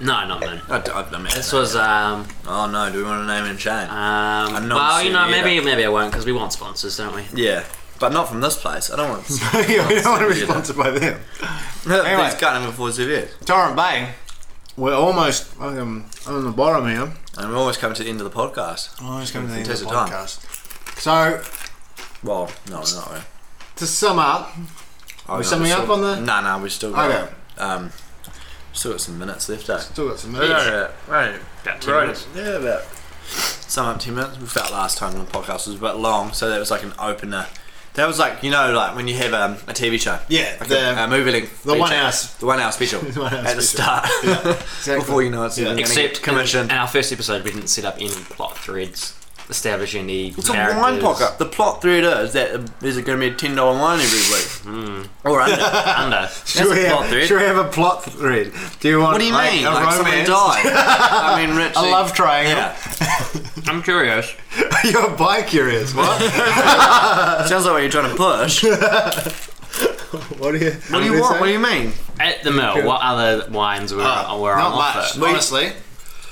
Speaker 2: No, not then.
Speaker 3: I, d- I, I mean,
Speaker 2: This was, um,
Speaker 3: oh no, do we want to name and shame?
Speaker 2: um,
Speaker 3: non
Speaker 2: well, you know,
Speaker 3: serviette.
Speaker 2: maybe maybe I won't because we want sponsors, don't we?
Speaker 3: yeah, but not from this place. I don't want.
Speaker 4: yeah, we don't want to be
Speaker 3: Yeah.
Speaker 4: sponsored by them.
Speaker 3: anyway, it's cutting before Zuvier.
Speaker 4: Torrent Bay. We're almost um, on the bottom here.
Speaker 3: And we're almost coming to the end of the podcast.
Speaker 4: Oh, it's going to be the
Speaker 3: Test of time.
Speaker 4: podcast. So,
Speaker 3: Well, no, not oh, really.
Speaker 4: to sum up,
Speaker 3: Are
Speaker 4: summing up on the-
Speaker 3: No, no, we still got.
Speaker 4: okay,
Speaker 3: Um, still got some minutes left, eh?
Speaker 4: still got some minutes.
Speaker 3: Right, right,
Speaker 2: About ten
Speaker 3: right.
Speaker 2: minutes.
Speaker 3: Yeah, about sum up ten minutes. We felt last time on the podcast was a bit long, so that was like an opener. That was like you know, like when you have um, a TV show.
Speaker 4: Yeah,
Speaker 3: like
Speaker 4: the-
Speaker 3: a, a movie length. feature.
Speaker 4: one hour s-
Speaker 3: the one hour special
Speaker 4: The one hour
Speaker 3: at the
Speaker 4: special.
Speaker 3: start.
Speaker 4: exactly.
Speaker 3: Before you know it's
Speaker 4: Yeah.
Speaker 3: even gonna get
Speaker 2: Except
Speaker 3: commissioned.
Speaker 2: In, in our first episode, we didn't set up any plot threads establishing the.
Speaker 3: It's a wine pocket. The plot thread is that there's going to be a ten dollar wine every week, or under.
Speaker 2: Under.
Speaker 4: Should we,
Speaker 3: That's a plot
Speaker 4: have,
Speaker 3: thread.
Speaker 4: should we have a plot thread? Do you want?
Speaker 3: What do you
Speaker 4: like,
Speaker 3: mean?
Speaker 4: A
Speaker 3: Like someone
Speaker 4: romance?
Speaker 3: died. I mean, Richie.
Speaker 4: A love triangle.
Speaker 3: Yeah.
Speaker 2: I'm curious.
Speaker 4: You're bi curious. What?
Speaker 3: Sounds like what you're trying to push.
Speaker 4: what do you?
Speaker 3: What do you want? What do you mean?
Speaker 2: At the mill, what other wines were, were on
Speaker 4: Ah, Not much,
Speaker 2: offer?
Speaker 4: honestly.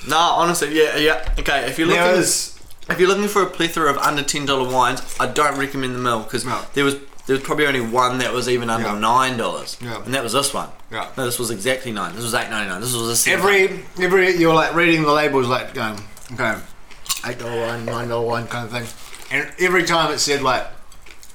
Speaker 3: No, honestly, yeah, yeah. Okay, if you're looking,
Speaker 4: There was
Speaker 3: if you're looking for a plethora of under ten dollar wines, I don't recommend the mill because
Speaker 4: No.
Speaker 3: there was there was probably only one that was even under
Speaker 4: Yeah.
Speaker 3: nine dollars,
Speaker 4: Yeah.
Speaker 3: and that was this one.
Speaker 4: Yeah.
Speaker 3: No, this was exactly nine. This was eight ninety nine. This was a seven.
Speaker 4: every every you're like reading the labels like going okay eight dollar wine nine dollar wine kind of thing and every time it said like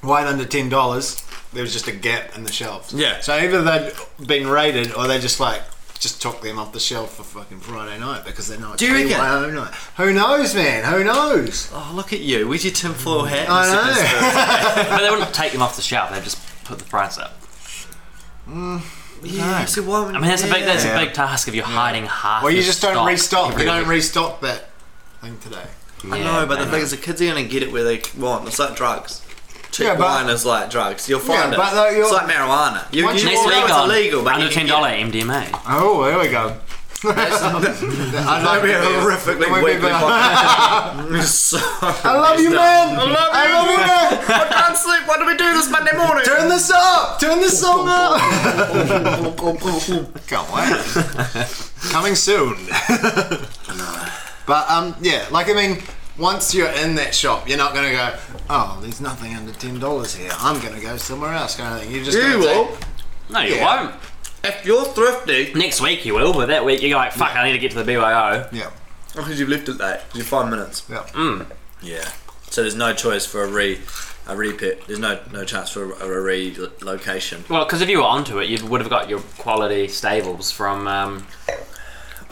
Speaker 4: wine under ten dollars there was just a gap in the shelves
Speaker 3: Yeah.
Speaker 4: so either they'd been raided or they just like just took them off the shelf for fucking Friday night because they know it's
Speaker 3: Do you reckon?
Speaker 4: BYO night. Who knows, man? Who knows?
Speaker 3: Oh, look at you. Where's your tinfoil hat?
Speaker 4: I know.
Speaker 2: but they wouldn't take them off the shelf. They'd just put the price up.
Speaker 3: Yeah, so why would-
Speaker 2: I mean, that's a big that's
Speaker 4: Yeah.
Speaker 2: a big task if you're hiding half.
Speaker 4: well, you
Speaker 2: the
Speaker 4: just don't
Speaker 2: stock
Speaker 4: restock. You don't
Speaker 2: everywhere.
Speaker 4: restock that thing today.
Speaker 2: Yeah,
Speaker 3: I know, but the thing is, the kids are going to get it where they want. It's like drugs. Cheap
Speaker 4: Yeah, but-
Speaker 3: wine is like drugs. You'll
Speaker 4: Yeah,
Speaker 3: find it.
Speaker 4: but though you're-
Speaker 3: it's like marijuana. You,
Speaker 4: Once
Speaker 3: you
Speaker 4: you
Speaker 2: next
Speaker 3: all
Speaker 4: walk
Speaker 2: week
Speaker 3: know
Speaker 2: on
Speaker 3: it's illegal, but
Speaker 2: under
Speaker 3: you
Speaker 2: ten
Speaker 3: can
Speaker 2: dollar
Speaker 3: get
Speaker 2: MDMA.
Speaker 4: Oh, there we go. I love
Speaker 3: it.
Speaker 4: you.
Speaker 3: Horrifically
Speaker 4: We'll be
Speaker 3: weekly
Speaker 4: back.
Speaker 3: podcast. So-
Speaker 4: I love you, man. I
Speaker 3: love you.
Speaker 4: love you,
Speaker 3: I
Speaker 4: man.
Speaker 3: can't sleep. What do we do this Monday morning?
Speaker 4: Turn this up. Turn this song up. Can't wait. Coming soon. but um, yeah, like I mean, once you're in that shop, you're not gonna go. Oh, there's nothing under ten dollars here. I'm gonna go somewhere else. Kind of thing. You're just
Speaker 3: You
Speaker 4: gonna
Speaker 3: will.
Speaker 2: No, you
Speaker 4: Yeah.
Speaker 2: won't.
Speaker 3: If you're thrifty,
Speaker 2: Next week you will, but that week you're like, fuck, I need to get to the BYO.
Speaker 4: Take, yeah.
Speaker 3: because you've left it late, you're five minutes.
Speaker 4: Yeah.
Speaker 3: Yeah. So there's no choice for a re, a repeat. There's no no chance for a, a relocation.
Speaker 2: Well, because if you were onto it, you would have got your quality stables from. Um,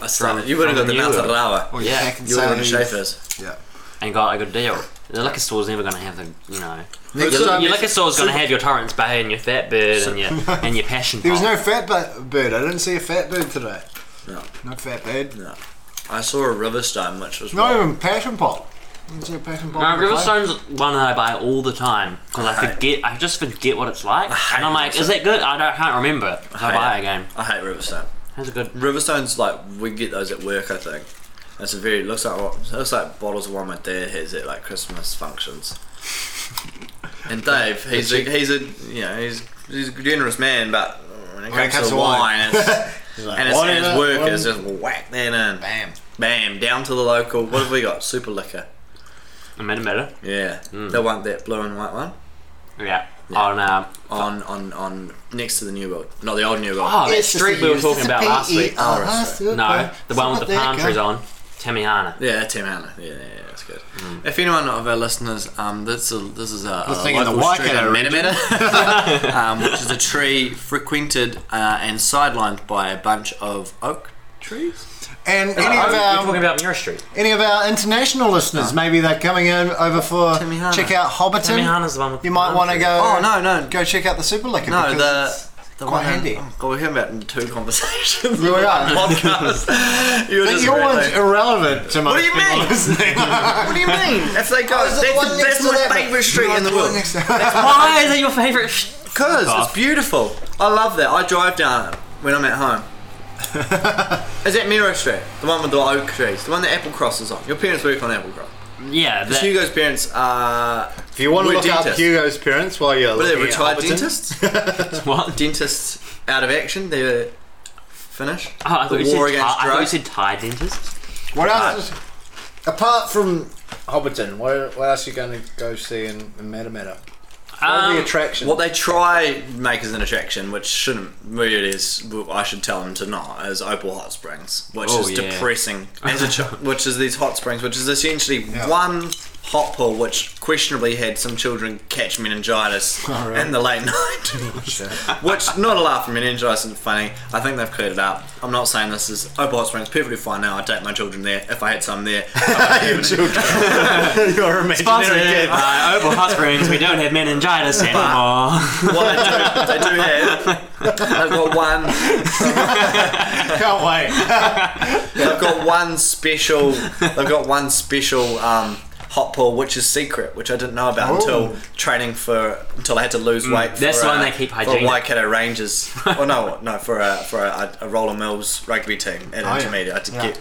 Speaker 3: I started.
Speaker 2: From-
Speaker 3: You would have got
Speaker 2: from
Speaker 3: the
Speaker 2: you
Speaker 3: mouth of
Speaker 2: would.
Speaker 4: Or
Speaker 3: lava.
Speaker 4: you
Speaker 2: Yeah.
Speaker 4: back and
Speaker 3: You would have
Speaker 4: say-
Speaker 3: been Schaefer's.
Speaker 4: Yeah.
Speaker 2: and got a good deal. The liquor store's never going to have the, you know.
Speaker 4: Next
Speaker 2: Your,
Speaker 4: time-
Speaker 2: your liquor store's going to have your Torrance Bay and your Fatbird and your and your Passion.
Speaker 4: There was
Speaker 2: Pop.
Speaker 4: no fat bu- bird. I didn't see a fat bird today.
Speaker 3: No,
Speaker 4: Not fat bird.
Speaker 3: no. I saw a river stone, which was
Speaker 4: Not
Speaker 3: what-
Speaker 4: even passion pot. Didn't see a passion pot.
Speaker 2: No,
Speaker 4: in the plate.
Speaker 2: Riverstone's one that I buy all the time because I
Speaker 3: hate
Speaker 2: forget. I just forget what it's like,
Speaker 3: hate
Speaker 2: and I'm like, "Is that good?" I don't, can't remember. So I,
Speaker 3: hate
Speaker 2: buy
Speaker 3: it.
Speaker 2: it again.
Speaker 3: I hate Riverstone.
Speaker 2: That's a good.
Speaker 3: Riverstone's like we get those at work, I think. It's a very looks like what- looks like bottles of wine my dad has at like Christmas functions. And Dave, he's a, he's a you know he's he's a generous man, but when it comes, to, wine, it's,
Speaker 4: like,
Speaker 3: and it's,
Speaker 4: "Wine
Speaker 3: and it's
Speaker 4: up,
Speaker 3: work
Speaker 4: wine
Speaker 3: is just whack that in,
Speaker 4: Bam.
Speaker 3: bam, down to the local. What have we got? Super liquor.
Speaker 2: It made it better.
Speaker 3: Yeah, they want that blue and white one
Speaker 2: Yeah. On um,
Speaker 3: on on on next to the new world, not the old new world.
Speaker 2: oh, that street we were talking about last
Speaker 4: E
Speaker 2: week.
Speaker 3: Oh,
Speaker 2: No, the one with the palm trees on. Tamiana.
Speaker 3: Yeah, Tim Allen. Yeah, yeah, yeah, that's good.
Speaker 4: Mm.
Speaker 3: If anyone of our listeners, um, this is this is a, a
Speaker 4: thing in the
Speaker 3: local street
Speaker 4: Waikato
Speaker 3: in Manamana, um, which is a tree frequented uh, and sidelined by a bunch of oak trees.
Speaker 4: And any
Speaker 2: Oh,
Speaker 4: of
Speaker 2: we're talking
Speaker 4: our
Speaker 2: about Mirror Street.
Speaker 4: any of our international listeners, maybe they're coming in over for
Speaker 3: Tamihana.
Speaker 4: check out Hobbiton.
Speaker 2: Tamihana's the one with
Speaker 4: you
Speaker 2: the
Speaker 4: might
Speaker 2: palm
Speaker 4: want to
Speaker 2: trees.
Speaker 4: go.
Speaker 3: Oh no, no,
Speaker 4: Go check out the Super Liquor.
Speaker 3: no,
Speaker 4: because
Speaker 3: the.
Speaker 4: it's-
Speaker 3: The
Speaker 4: quite
Speaker 3: one in-
Speaker 4: handy.
Speaker 3: oh, God, we're hearing about it in two conversations.
Speaker 4: We are.
Speaker 3: podcast. You're
Speaker 4: But
Speaker 3: just
Speaker 4: your
Speaker 3: really-
Speaker 4: one's irrelevant to most
Speaker 3: do you
Speaker 4: people
Speaker 3: mean?
Speaker 4: listening.
Speaker 3: What do you mean? If they go,
Speaker 4: Oh, Is it the one
Speaker 3: that's,
Speaker 4: next
Speaker 3: that's
Speaker 4: to
Speaker 3: my
Speaker 4: that one?
Speaker 3: favourite street
Speaker 4: No,
Speaker 3: in the
Speaker 4: it's one
Speaker 3: world.
Speaker 4: next to-
Speaker 2: Why is that your favourite? sh-
Speaker 3: Because
Speaker 2: Fuck
Speaker 3: it's
Speaker 2: off.
Speaker 3: beautiful. I love that. I drive down it when I'm at home. is that Miro Street? The one with the oak trees? The one that Apple Cross is on? Your parents work on Apple Cross.
Speaker 2: Yeah,
Speaker 3: Because
Speaker 2: that,
Speaker 3: Hugo's parents are.
Speaker 4: If you want to
Speaker 3: We're
Speaker 4: look up
Speaker 3: dentists.
Speaker 4: Hugo's parents while you're
Speaker 3: What are they,
Speaker 4: looking
Speaker 3: retired
Speaker 4: at Hobbiton-
Speaker 3: dentists?
Speaker 2: what?
Speaker 3: dentists out of action? They're finished?
Speaker 2: Oh, I thought
Speaker 3: the
Speaker 2: you said
Speaker 3: war
Speaker 2: Thai-
Speaker 3: against
Speaker 2: I thought you
Speaker 3: drugs?
Speaker 2: said Thai dentist.
Speaker 4: What else? Is, apart from Hobbiton, what, what else are you going to go see in, in Matamata? What are the
Speaker 2: Um,
Speaker 4: attractions?
Speaker 3: What they try make as an attraction, which shouldn't really is, well, I should tell them to not, is Opal Hot Springs, which
Speaker 2: Oh,
Speaker 3: is
Speaker 2: yeah.
Speaker 3: depressing. As a ch- which is these hot springs, which is essentially one hot pool, which questionably had some children catch meningitis in the late night. which not a laugh. Meningitis isn't funny. I think they've cleared it up. I'm not saying this is Opal Hot Springs perfectly fine now. I take my children there if I had some there. Your children. Your
Speaker 2: Sponsored
Speaker 3: imaginary kids
Speaker 2: by Opal Hot Springs. We don't have meningitis anymore.
Speaker 3: what they do, they do have. They've got one.
Speaker 4: Can't wait.
Speaker 3: They've got one special. They've got one special um, hot pool, which is secret, which I didn't know about
Speaker 4: Oh. Mm.
Speaker 3: until training for until I had to lose weight.
Speaker 2: that's
Speaker 3: for,
Speaker 2: the one
Speaker 3: uh,
Speaker 2: they keep
Speaker 3: for
Speaker 2: hygienic.
Speaker 3: Waikato Rangers. oh no, no for a for a, a Roller Mills rugby team at
Speaker 4: Oh, yeah.
Speaker 3: intermediate. I had to
Speaker 4: Yeah.
Speaker 3: get.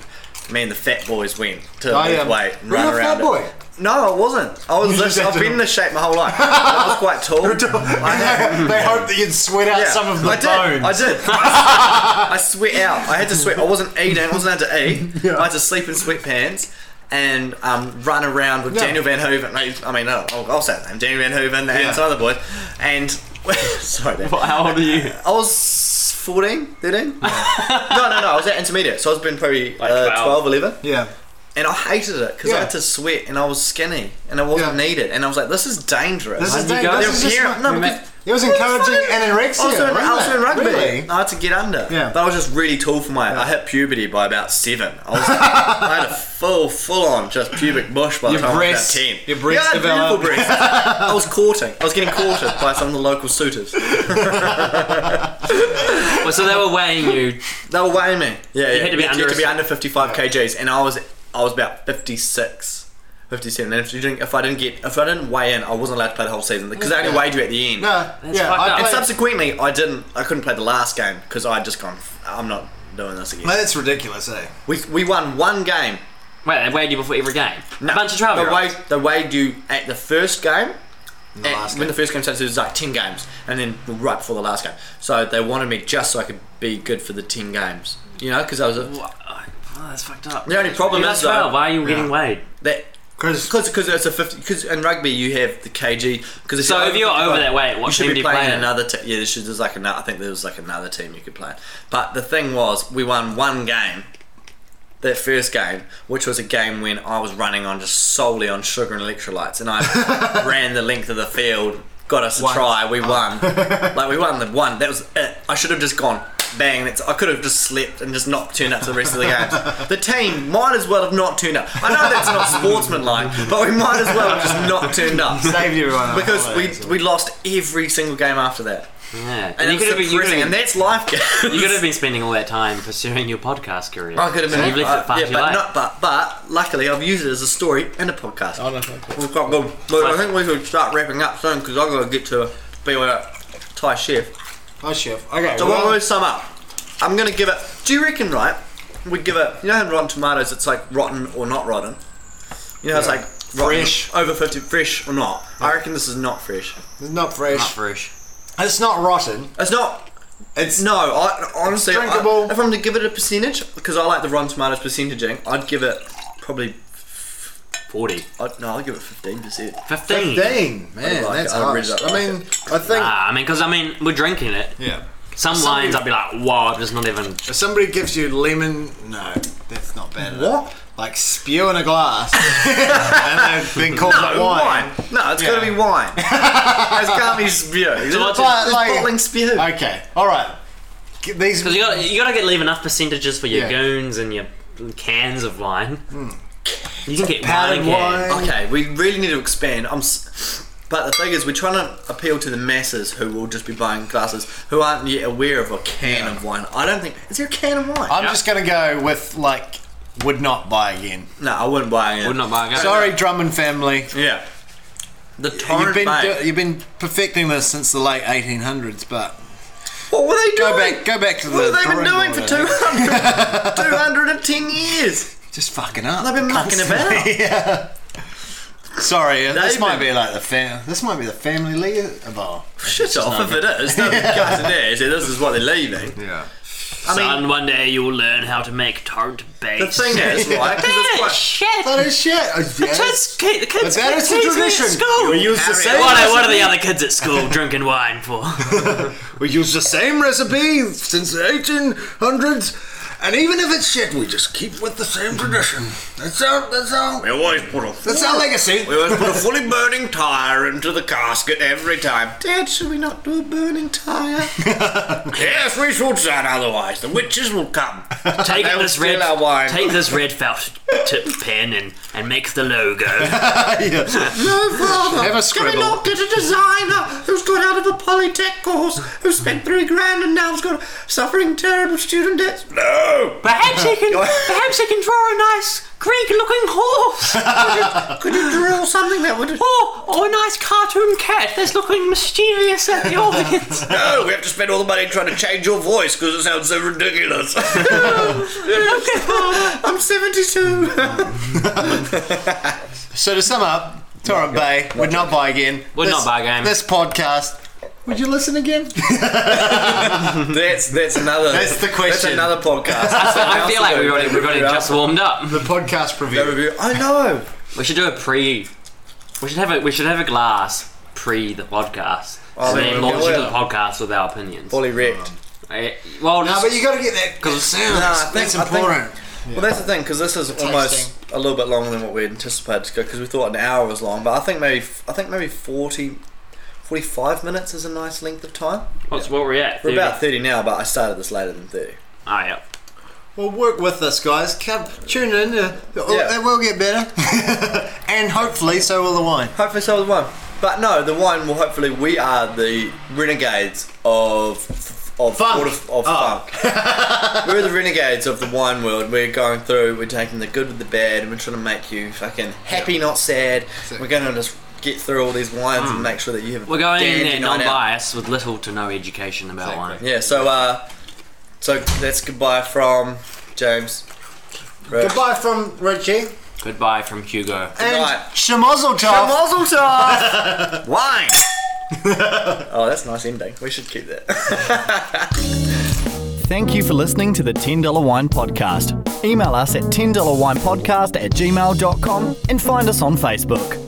Speaker 3: Me and the fat boys went to
Speaker 4: Oh,
Speaker 3: lose
Speaker 4: yeah.
Speaker 3: weight and
Speaker 4: Were you
Speaker 3: run
Speaker 4: a
Speaker 3: around.
Speaker 4: fat
Speaker 3: it.
Speaker 4: boy?
Speaker 3: No, I wasn't. I was.
Speaker 4: You
Speaker 3: This,
Speaker 4: just had
Speaker 3: I've
Speaker 4: to-
Speaker 3: been in this shape my whole life. I was quite tall. I had,
Speaker 4: they hope that you'd sweat out some of the
Speaker 3: I did.
Speaker 4: bones.
Speaker 3: I did. I sweat out. I had to sweat. I wasn't eating. I wasn't allowed to eat.
Speaker 4: Yeah.
Speaker 3: I had to sleep in sweatpants and um, run around with
Speaker 4: Yeah.
Speaker 3: Daniel Van Hooven. I, I mean, no, I'll, I'll say the name. Daniel Van Hooven and
Speaker 4: Yeah.
Speaker 3: some other boys. And sorry, Dad.
Speaker 2: How old are you?
Speaker 3: I was 14, 13? no, no, no. I was at intermediate, so I was been probably uh,
Speaker 2: 12.
Speaker 3: 12, 11
Speaker 4: Yeah.
Speaker 3: and I hated it because
Speaker 4: Yeah.
Speaker 3: I had to sweat and I was skinny and I wasn't
Speaker 4: Yeah.
Speaker 3: needed and I was like, this is dangerous.
Speaker 4: This is
Speaker 2: da-
Speaker 3: Their
Speaker 2: this
Speaker 4: is just
Speaker 3: parent-
Speaker 4: not-
Speaker 3: no,
Speaker 2: we
Speaker 3: because
Speaker 4: It was encouraging anorexia.
Speaker 3: I was doing, I was doing
Speaker 4: wasn't it?
Speaker 3: rugby.
Speaker 4: Really?
Speaker 3: I had to get under.
Speaker 4: Yeah.
Speaker 3: But I was just really tall for my. I hit puberty by about seven. I was. I had a full, full on just pubic bush by the
Speaker 5: Your
Speaker 3: time
Speaker 5: breasts-
Speaker 3: I was about ten.
Speaker 5: your breasts
Speaker 3: yeah, I had beautiful
Speaker 5: developed.
Speaker 3: breasts. I was courting. I was getting courted by some of the local suitors.
Speaker 2: Well, so they were weighing you.
Speaker 3: They were weighing me. Yeah,
Speaker 2: had to be
Speaker 3: you
Speaker 2: under
Speaker 3: had to be
Speaker 2: a-
Speaker 3: under 55 kgs, and I was I was about 56, 57. And if you didn't, if I didn't get, if I didn't weigh in, I wasn't allowed to play the whole season because they only weighed you at the end.
Speaker 4: No,
Speaker 2: That's
Speaker 4: yeah,
Speaker 2: fucked
Speaker 4: I
Speaker 2: up.
Speaker 3: And
Speaker 4: played-
Speaker 3: subsequently, I didn't. I couldn't play the last game because I had just gone. "F- I'm not doing this again.
Speaker 4: Well, that's ridiculous, eh?
Speaker 3: We, we won one game.
Speaker 2: Wait, they weighed you before every game.
Speaker 3: No,
Speaker 2: a bunch of twelve
Speaker 3: They
Speaker 2: year olds.
Speaker 3: weighed, they weighed you at the first game. at-
Speaker 4: last
Speaker 3: When
Speaker 4: game.
Speaker 3: the first game started, it was like 10 games, and then right before the last game. So they wanted me just so I could be good for the 10 games. You know, because I was a,
Speaker 2: Wha- oh, that's fucked up.
Speaker 3: The only problem
Speaker 2: You're
Speaker 3: is,
Speaker 2: twelve.
Speaker 3: though-
Speaker 2: Why are you getting weighed?
Speaker 3: that
Speaker 4: Because
Speaker 3: Because because it's a fifty. Because in rugby you have the kg. Because
Speaker 2: So if you're over that weight, what
Speaker 3: you should
Speaker 2: team
Speaker 3: be
Speaker 2: do you play
Speaker 3: playing
Speaker 2: in?
Speaker 3: another. Te- yeah, there's, there's like another. I think there was like another team you could play. in. But the thing was, we won one game. That first game, which was a game when I was running on just solely on sugar and electrolytes, and I ran the length of the field, got us a try, we won. like we won the one. That was it. I should have just gone bang. That's, I could have just slept and just not turned up to the rest of the games. the team might as well have not turned up. I know that's not sportsmanlike, but we might as well have just not turned up
Speaker 4: saved everyone.
Speaker 3: because we we lost every single game after that.
Speaker 2: Yeah,
Speaker 3: And,
Speaker 2: you
Speaker 3: it's
Speaker 2: could have been. You could
Speaker 3: depressing,
Speaker 2: have
Speaker 3: and
Speaker 2: been,
Speaker 3: that's life. Games.
Speaker 2: you could have been spending all that time pursuing your podcast career.
Speaker 3: I could have been.
Speaker 2: You've left it far
Speaker 3: uh, yeah,
Speaker 2: too
Speaker 3: but,
Speaker 2: late.
Speaker 3: not, but but luckily I've used it as a story and a podcast.
Speaker 5: Oh, no, thank you.
Speaker 3: We've got good. Look, I think we should start wrapping up soon because I've got to get to be with Thai chef.
Speaker 4: Oh, chef. Okay.
Speaker 3: So what
Speaker 4: well,
Speaker 3: will we sum up? I'm gonna give it. Do you reckon, right? We give it. You know how in Rotten Tomatoes it's like rotten or not rotten. You know how it's like rotten,
Speaker 4: Fresh.
Speaker 3: over fifty, fresh or not. I reckon this is not fresh.
Speaker 4: it's not fresh.
Speaker 2: Not fresh.
Speaker 4: It's not rotten.
Speaker 3: It's not.
Speaker 4: It's
Speaker 3: No, I honestly, I-
Speaker 4: Drinkable.
Speaker 3: if I'm to give it a percentage, because I like the Rotten Tomatoes percentaging, I'd give it probably.
Speaker 2: Forty.
Speaker 3: I'd, no, I'd give it fifteen percent.
Speaker 2: Fifteen.
Speaker 4: Dang, man,
Speaker 3: I like
Speaker 4: that's
Speaker 3: it. I really
Speaker 4: harsh.
Speaker 3: like
Speaker 4: I mean, I think.
Speaker 2: Ah, I mean, because I mean, we're drinking it.
Speaker 4: Yeah.
Speaker 2: Some
Speaker 4: Somebody-
Speaker 2: lines, I'd be like, "Wow, I'm just not even."
Speaker 4: If somebody gives you lemon, no, that's not bad. at all.
Speaker 3: What?
Speaker 4: Like spew in a glass, and they've been called it wine.
Speaker 3: No, it's got to
Speaker 4: Yeah.
Speaker 3: be wine. it can't be spew. It's,
Speaker 2: what's
Speaker 3: it's
Speaker 4: it- like-
Speaker 3: bottling spew.
Speaker 4: Okay, all right. Get these.
Speaker 2: Because you got you got to get leave enough percentages for your
Speaker 4: Yeah.
Speaker 2: goons and your cans of wine.
Speaker 3: Hmm.
Speaker 2: You can get
Speaker 4: Powdered
Speaker 2: wine, cans.
Speaker 4: wine.
Speaker 3: Okay, we really need to expand. I'm. S- but the thing is, we're trying to appeal to the masses who will just be buying glasses, who aren't yet aware of a can of wine. I don't think. Is there a can of wine?
Speaker 4: I'm
Speaker 2: Yeah.
Speaker 4: just gonna go with like would not buy again.
Speaker 3: no, I wouldn't buy it.
Speaker 2: Would not buy a gun.
Speaker 4: Sorry, Drummond family.
Speaker 3: Yeah. The
Speaker 4: You've
Speaker 3: torrent
Speaker 4: been
Speaker 3: Bay.
Speaker 4: do- you've been perfecting this since the late 1800s, but
Speaker 3: what were they doing?
Speaker 4: go back go back to the.
Speaker 3: What have they been
Speaker 4: drawing
Speaker 3: doing for
Speaker 4: board, eh?
Speaker 3: 200, 210 years?
Speaker 4: Just fucking up.
Speaker 3: They've been mucking about.
Speaker 4: yeah. Sorry, uh, this
Speaker 3: They've
Speaker 4: might
Speaker 3: been-
Speaker 4: be like the fam- this might be the family leave bar.
Speaker 3: Shut off if it is. No, guys are there. So this is what they're leaving.
Speaker 4: Yeah.
Speaker 3: I mean,
Speaker 2: Son, one day you'll learn how to make torrent bait.
Speaker 3: the thing is, right? 'cause it's quite-
Speaker 2: shit.
Speaker 4: That is shit. Oh, yes.
Speaker 2: Kids, the kids,
Speaker 4: that is the
Speaker 2: kids at
Speaker 4: tradition.
Speaker 2: School.
Speaker 4: We use the
Speaker 3: Harry,
Speaker 4: same.
Speaker 2: What are, what are
Speaker 4: recipe-
Speaker 2: the other kids at school drinking wine for?
Speaker 4: We use the same recipe since the 1800s, and even if it's shit, we just keep with the same tradition. That's our that's our
Speaker 3: We always put a
Speaker 4: that's our legacy.
Speaker 3: we always put a fully burning tire into the casket every time. Dad, should we not do a burning tire? yes, we should, son. Otherwise, the witches will come.
Speaker 2: Take
Speaker 3: They will
Speaker 2: this red,
Speaker 3: steal our wine.
Speaker 2: take this red felt tip pen and, and make the logo.
Speaker 3: No, father.
Speaker 4: Have a
Speaker 3: Can
Speaker 4: scribble.
Speaker 3: we not get a designer who's got out of a polytech course, who spent three grand and now is got suffering terrible student debts? No.
Speaker 2: perhaps he can, perhaps he can draw a nice Greek-looking horse,
Speaker 3: Could you drill something that would?
Speaker 2: or, or a nice cartoon cat that's looking mysterious at the audience.
Speaker 3: No, we have to spend all the money trying to change your voice because it sounds so ridiculous. I'm 72.
Speaker 4: So to sum up, Torrent Bay would not buy again.
Speaker 2: Would
Speaker 4: This-
Speaker 2: not buy again.
Speaker 4: This podcast. Would you listen again?
Speaker 3: That's that's another.
Speaker 4: That's the question.
Speaker 3: another podcast.
Speaker 2: I feel like we've already, we've already just warmed up.
Speaker 4: the
Speaker 3: That
Speaker 4: podcast preview.
Speaker 3: would be- I know.
Speaker 2: We should do a pre. We should have a we should have a glass pre the podcast.
Speaker 3: Oh,
Speaker 2: and
Speaker 3: then
Speaker 2: then
Speaker 3: we'll
Speaker 2: launch
Speaker 3: go
Speaker 2: into the
Speaker 3: out.
Speaker 2: podcast with our opinions.
Speaker 3: Fully wrecked.
Speaker 2: Eh, well,
Speaker 4: No,
Speaker 2: just,
Speaker 4: but you got to get that because sound.
Speaker 3: Nah, I think-
Speaker 4: that's
Speaker 3: I think-
Speaker 4: important.
Speaker 3: Well, that's the thing because this is almost a little bit longer than what we anticipated to go because we thought an hour was long, but I think maybe I think maybe 40, 45 minutes is a nice length of time.
Speaker 2: What's what we're at?
Speaker 3: We're
Speaker 2: 30?
Speaker 3: about 30 now, but I started this later than 30.
Speaker 2: Oh, yeah.
Speaker 4: Well, work with us, guys. Come, tune in. Uh,
Speaker 3: Yeah.
Speaker 4: It will get better, and hopefully, so will the wine.
Speaker 3: Hopefully, so is the wine. But no, the wine will hopefully. We are the renegades of of
Speaker 4: Funk.
Speaker 3: of, of
Speaker 4: Oh.
Speaker 3: funk. we're the renegades of the wine world. We're going through. We're taking the good with the bad, and we're trying to make you fucking happy, not sad.
Speaker 4: it.
Speaker 3: We're going to just get through all these wines and make sure that you have. a
Speaker 2: We're going in
Speaker 3: dandy
Speaker 2: there
Speaker 3: night out.
Speaker 2: non-biased with little to no education about
Speaker 4: Exactly.
Speaker 2: wine.
Speaker 3: Yeah. So uh, so that's goodbye from James. Rich.
Speaker 4: Goodbye from Richie
Speaker 2: Goodbye from Hugo.
Speaker 4: and
Speaker 3: Goodnight.
Speaker 4: Shamozzle Top.
Speaker 3: Mazel tov. Wine. oh, that's a nice ending. We should keep that.
Speaker 1: Thank you for listening to the $10 Wine Podcast. Email us at $10winepodcast at gmail.com and find us on Facebook.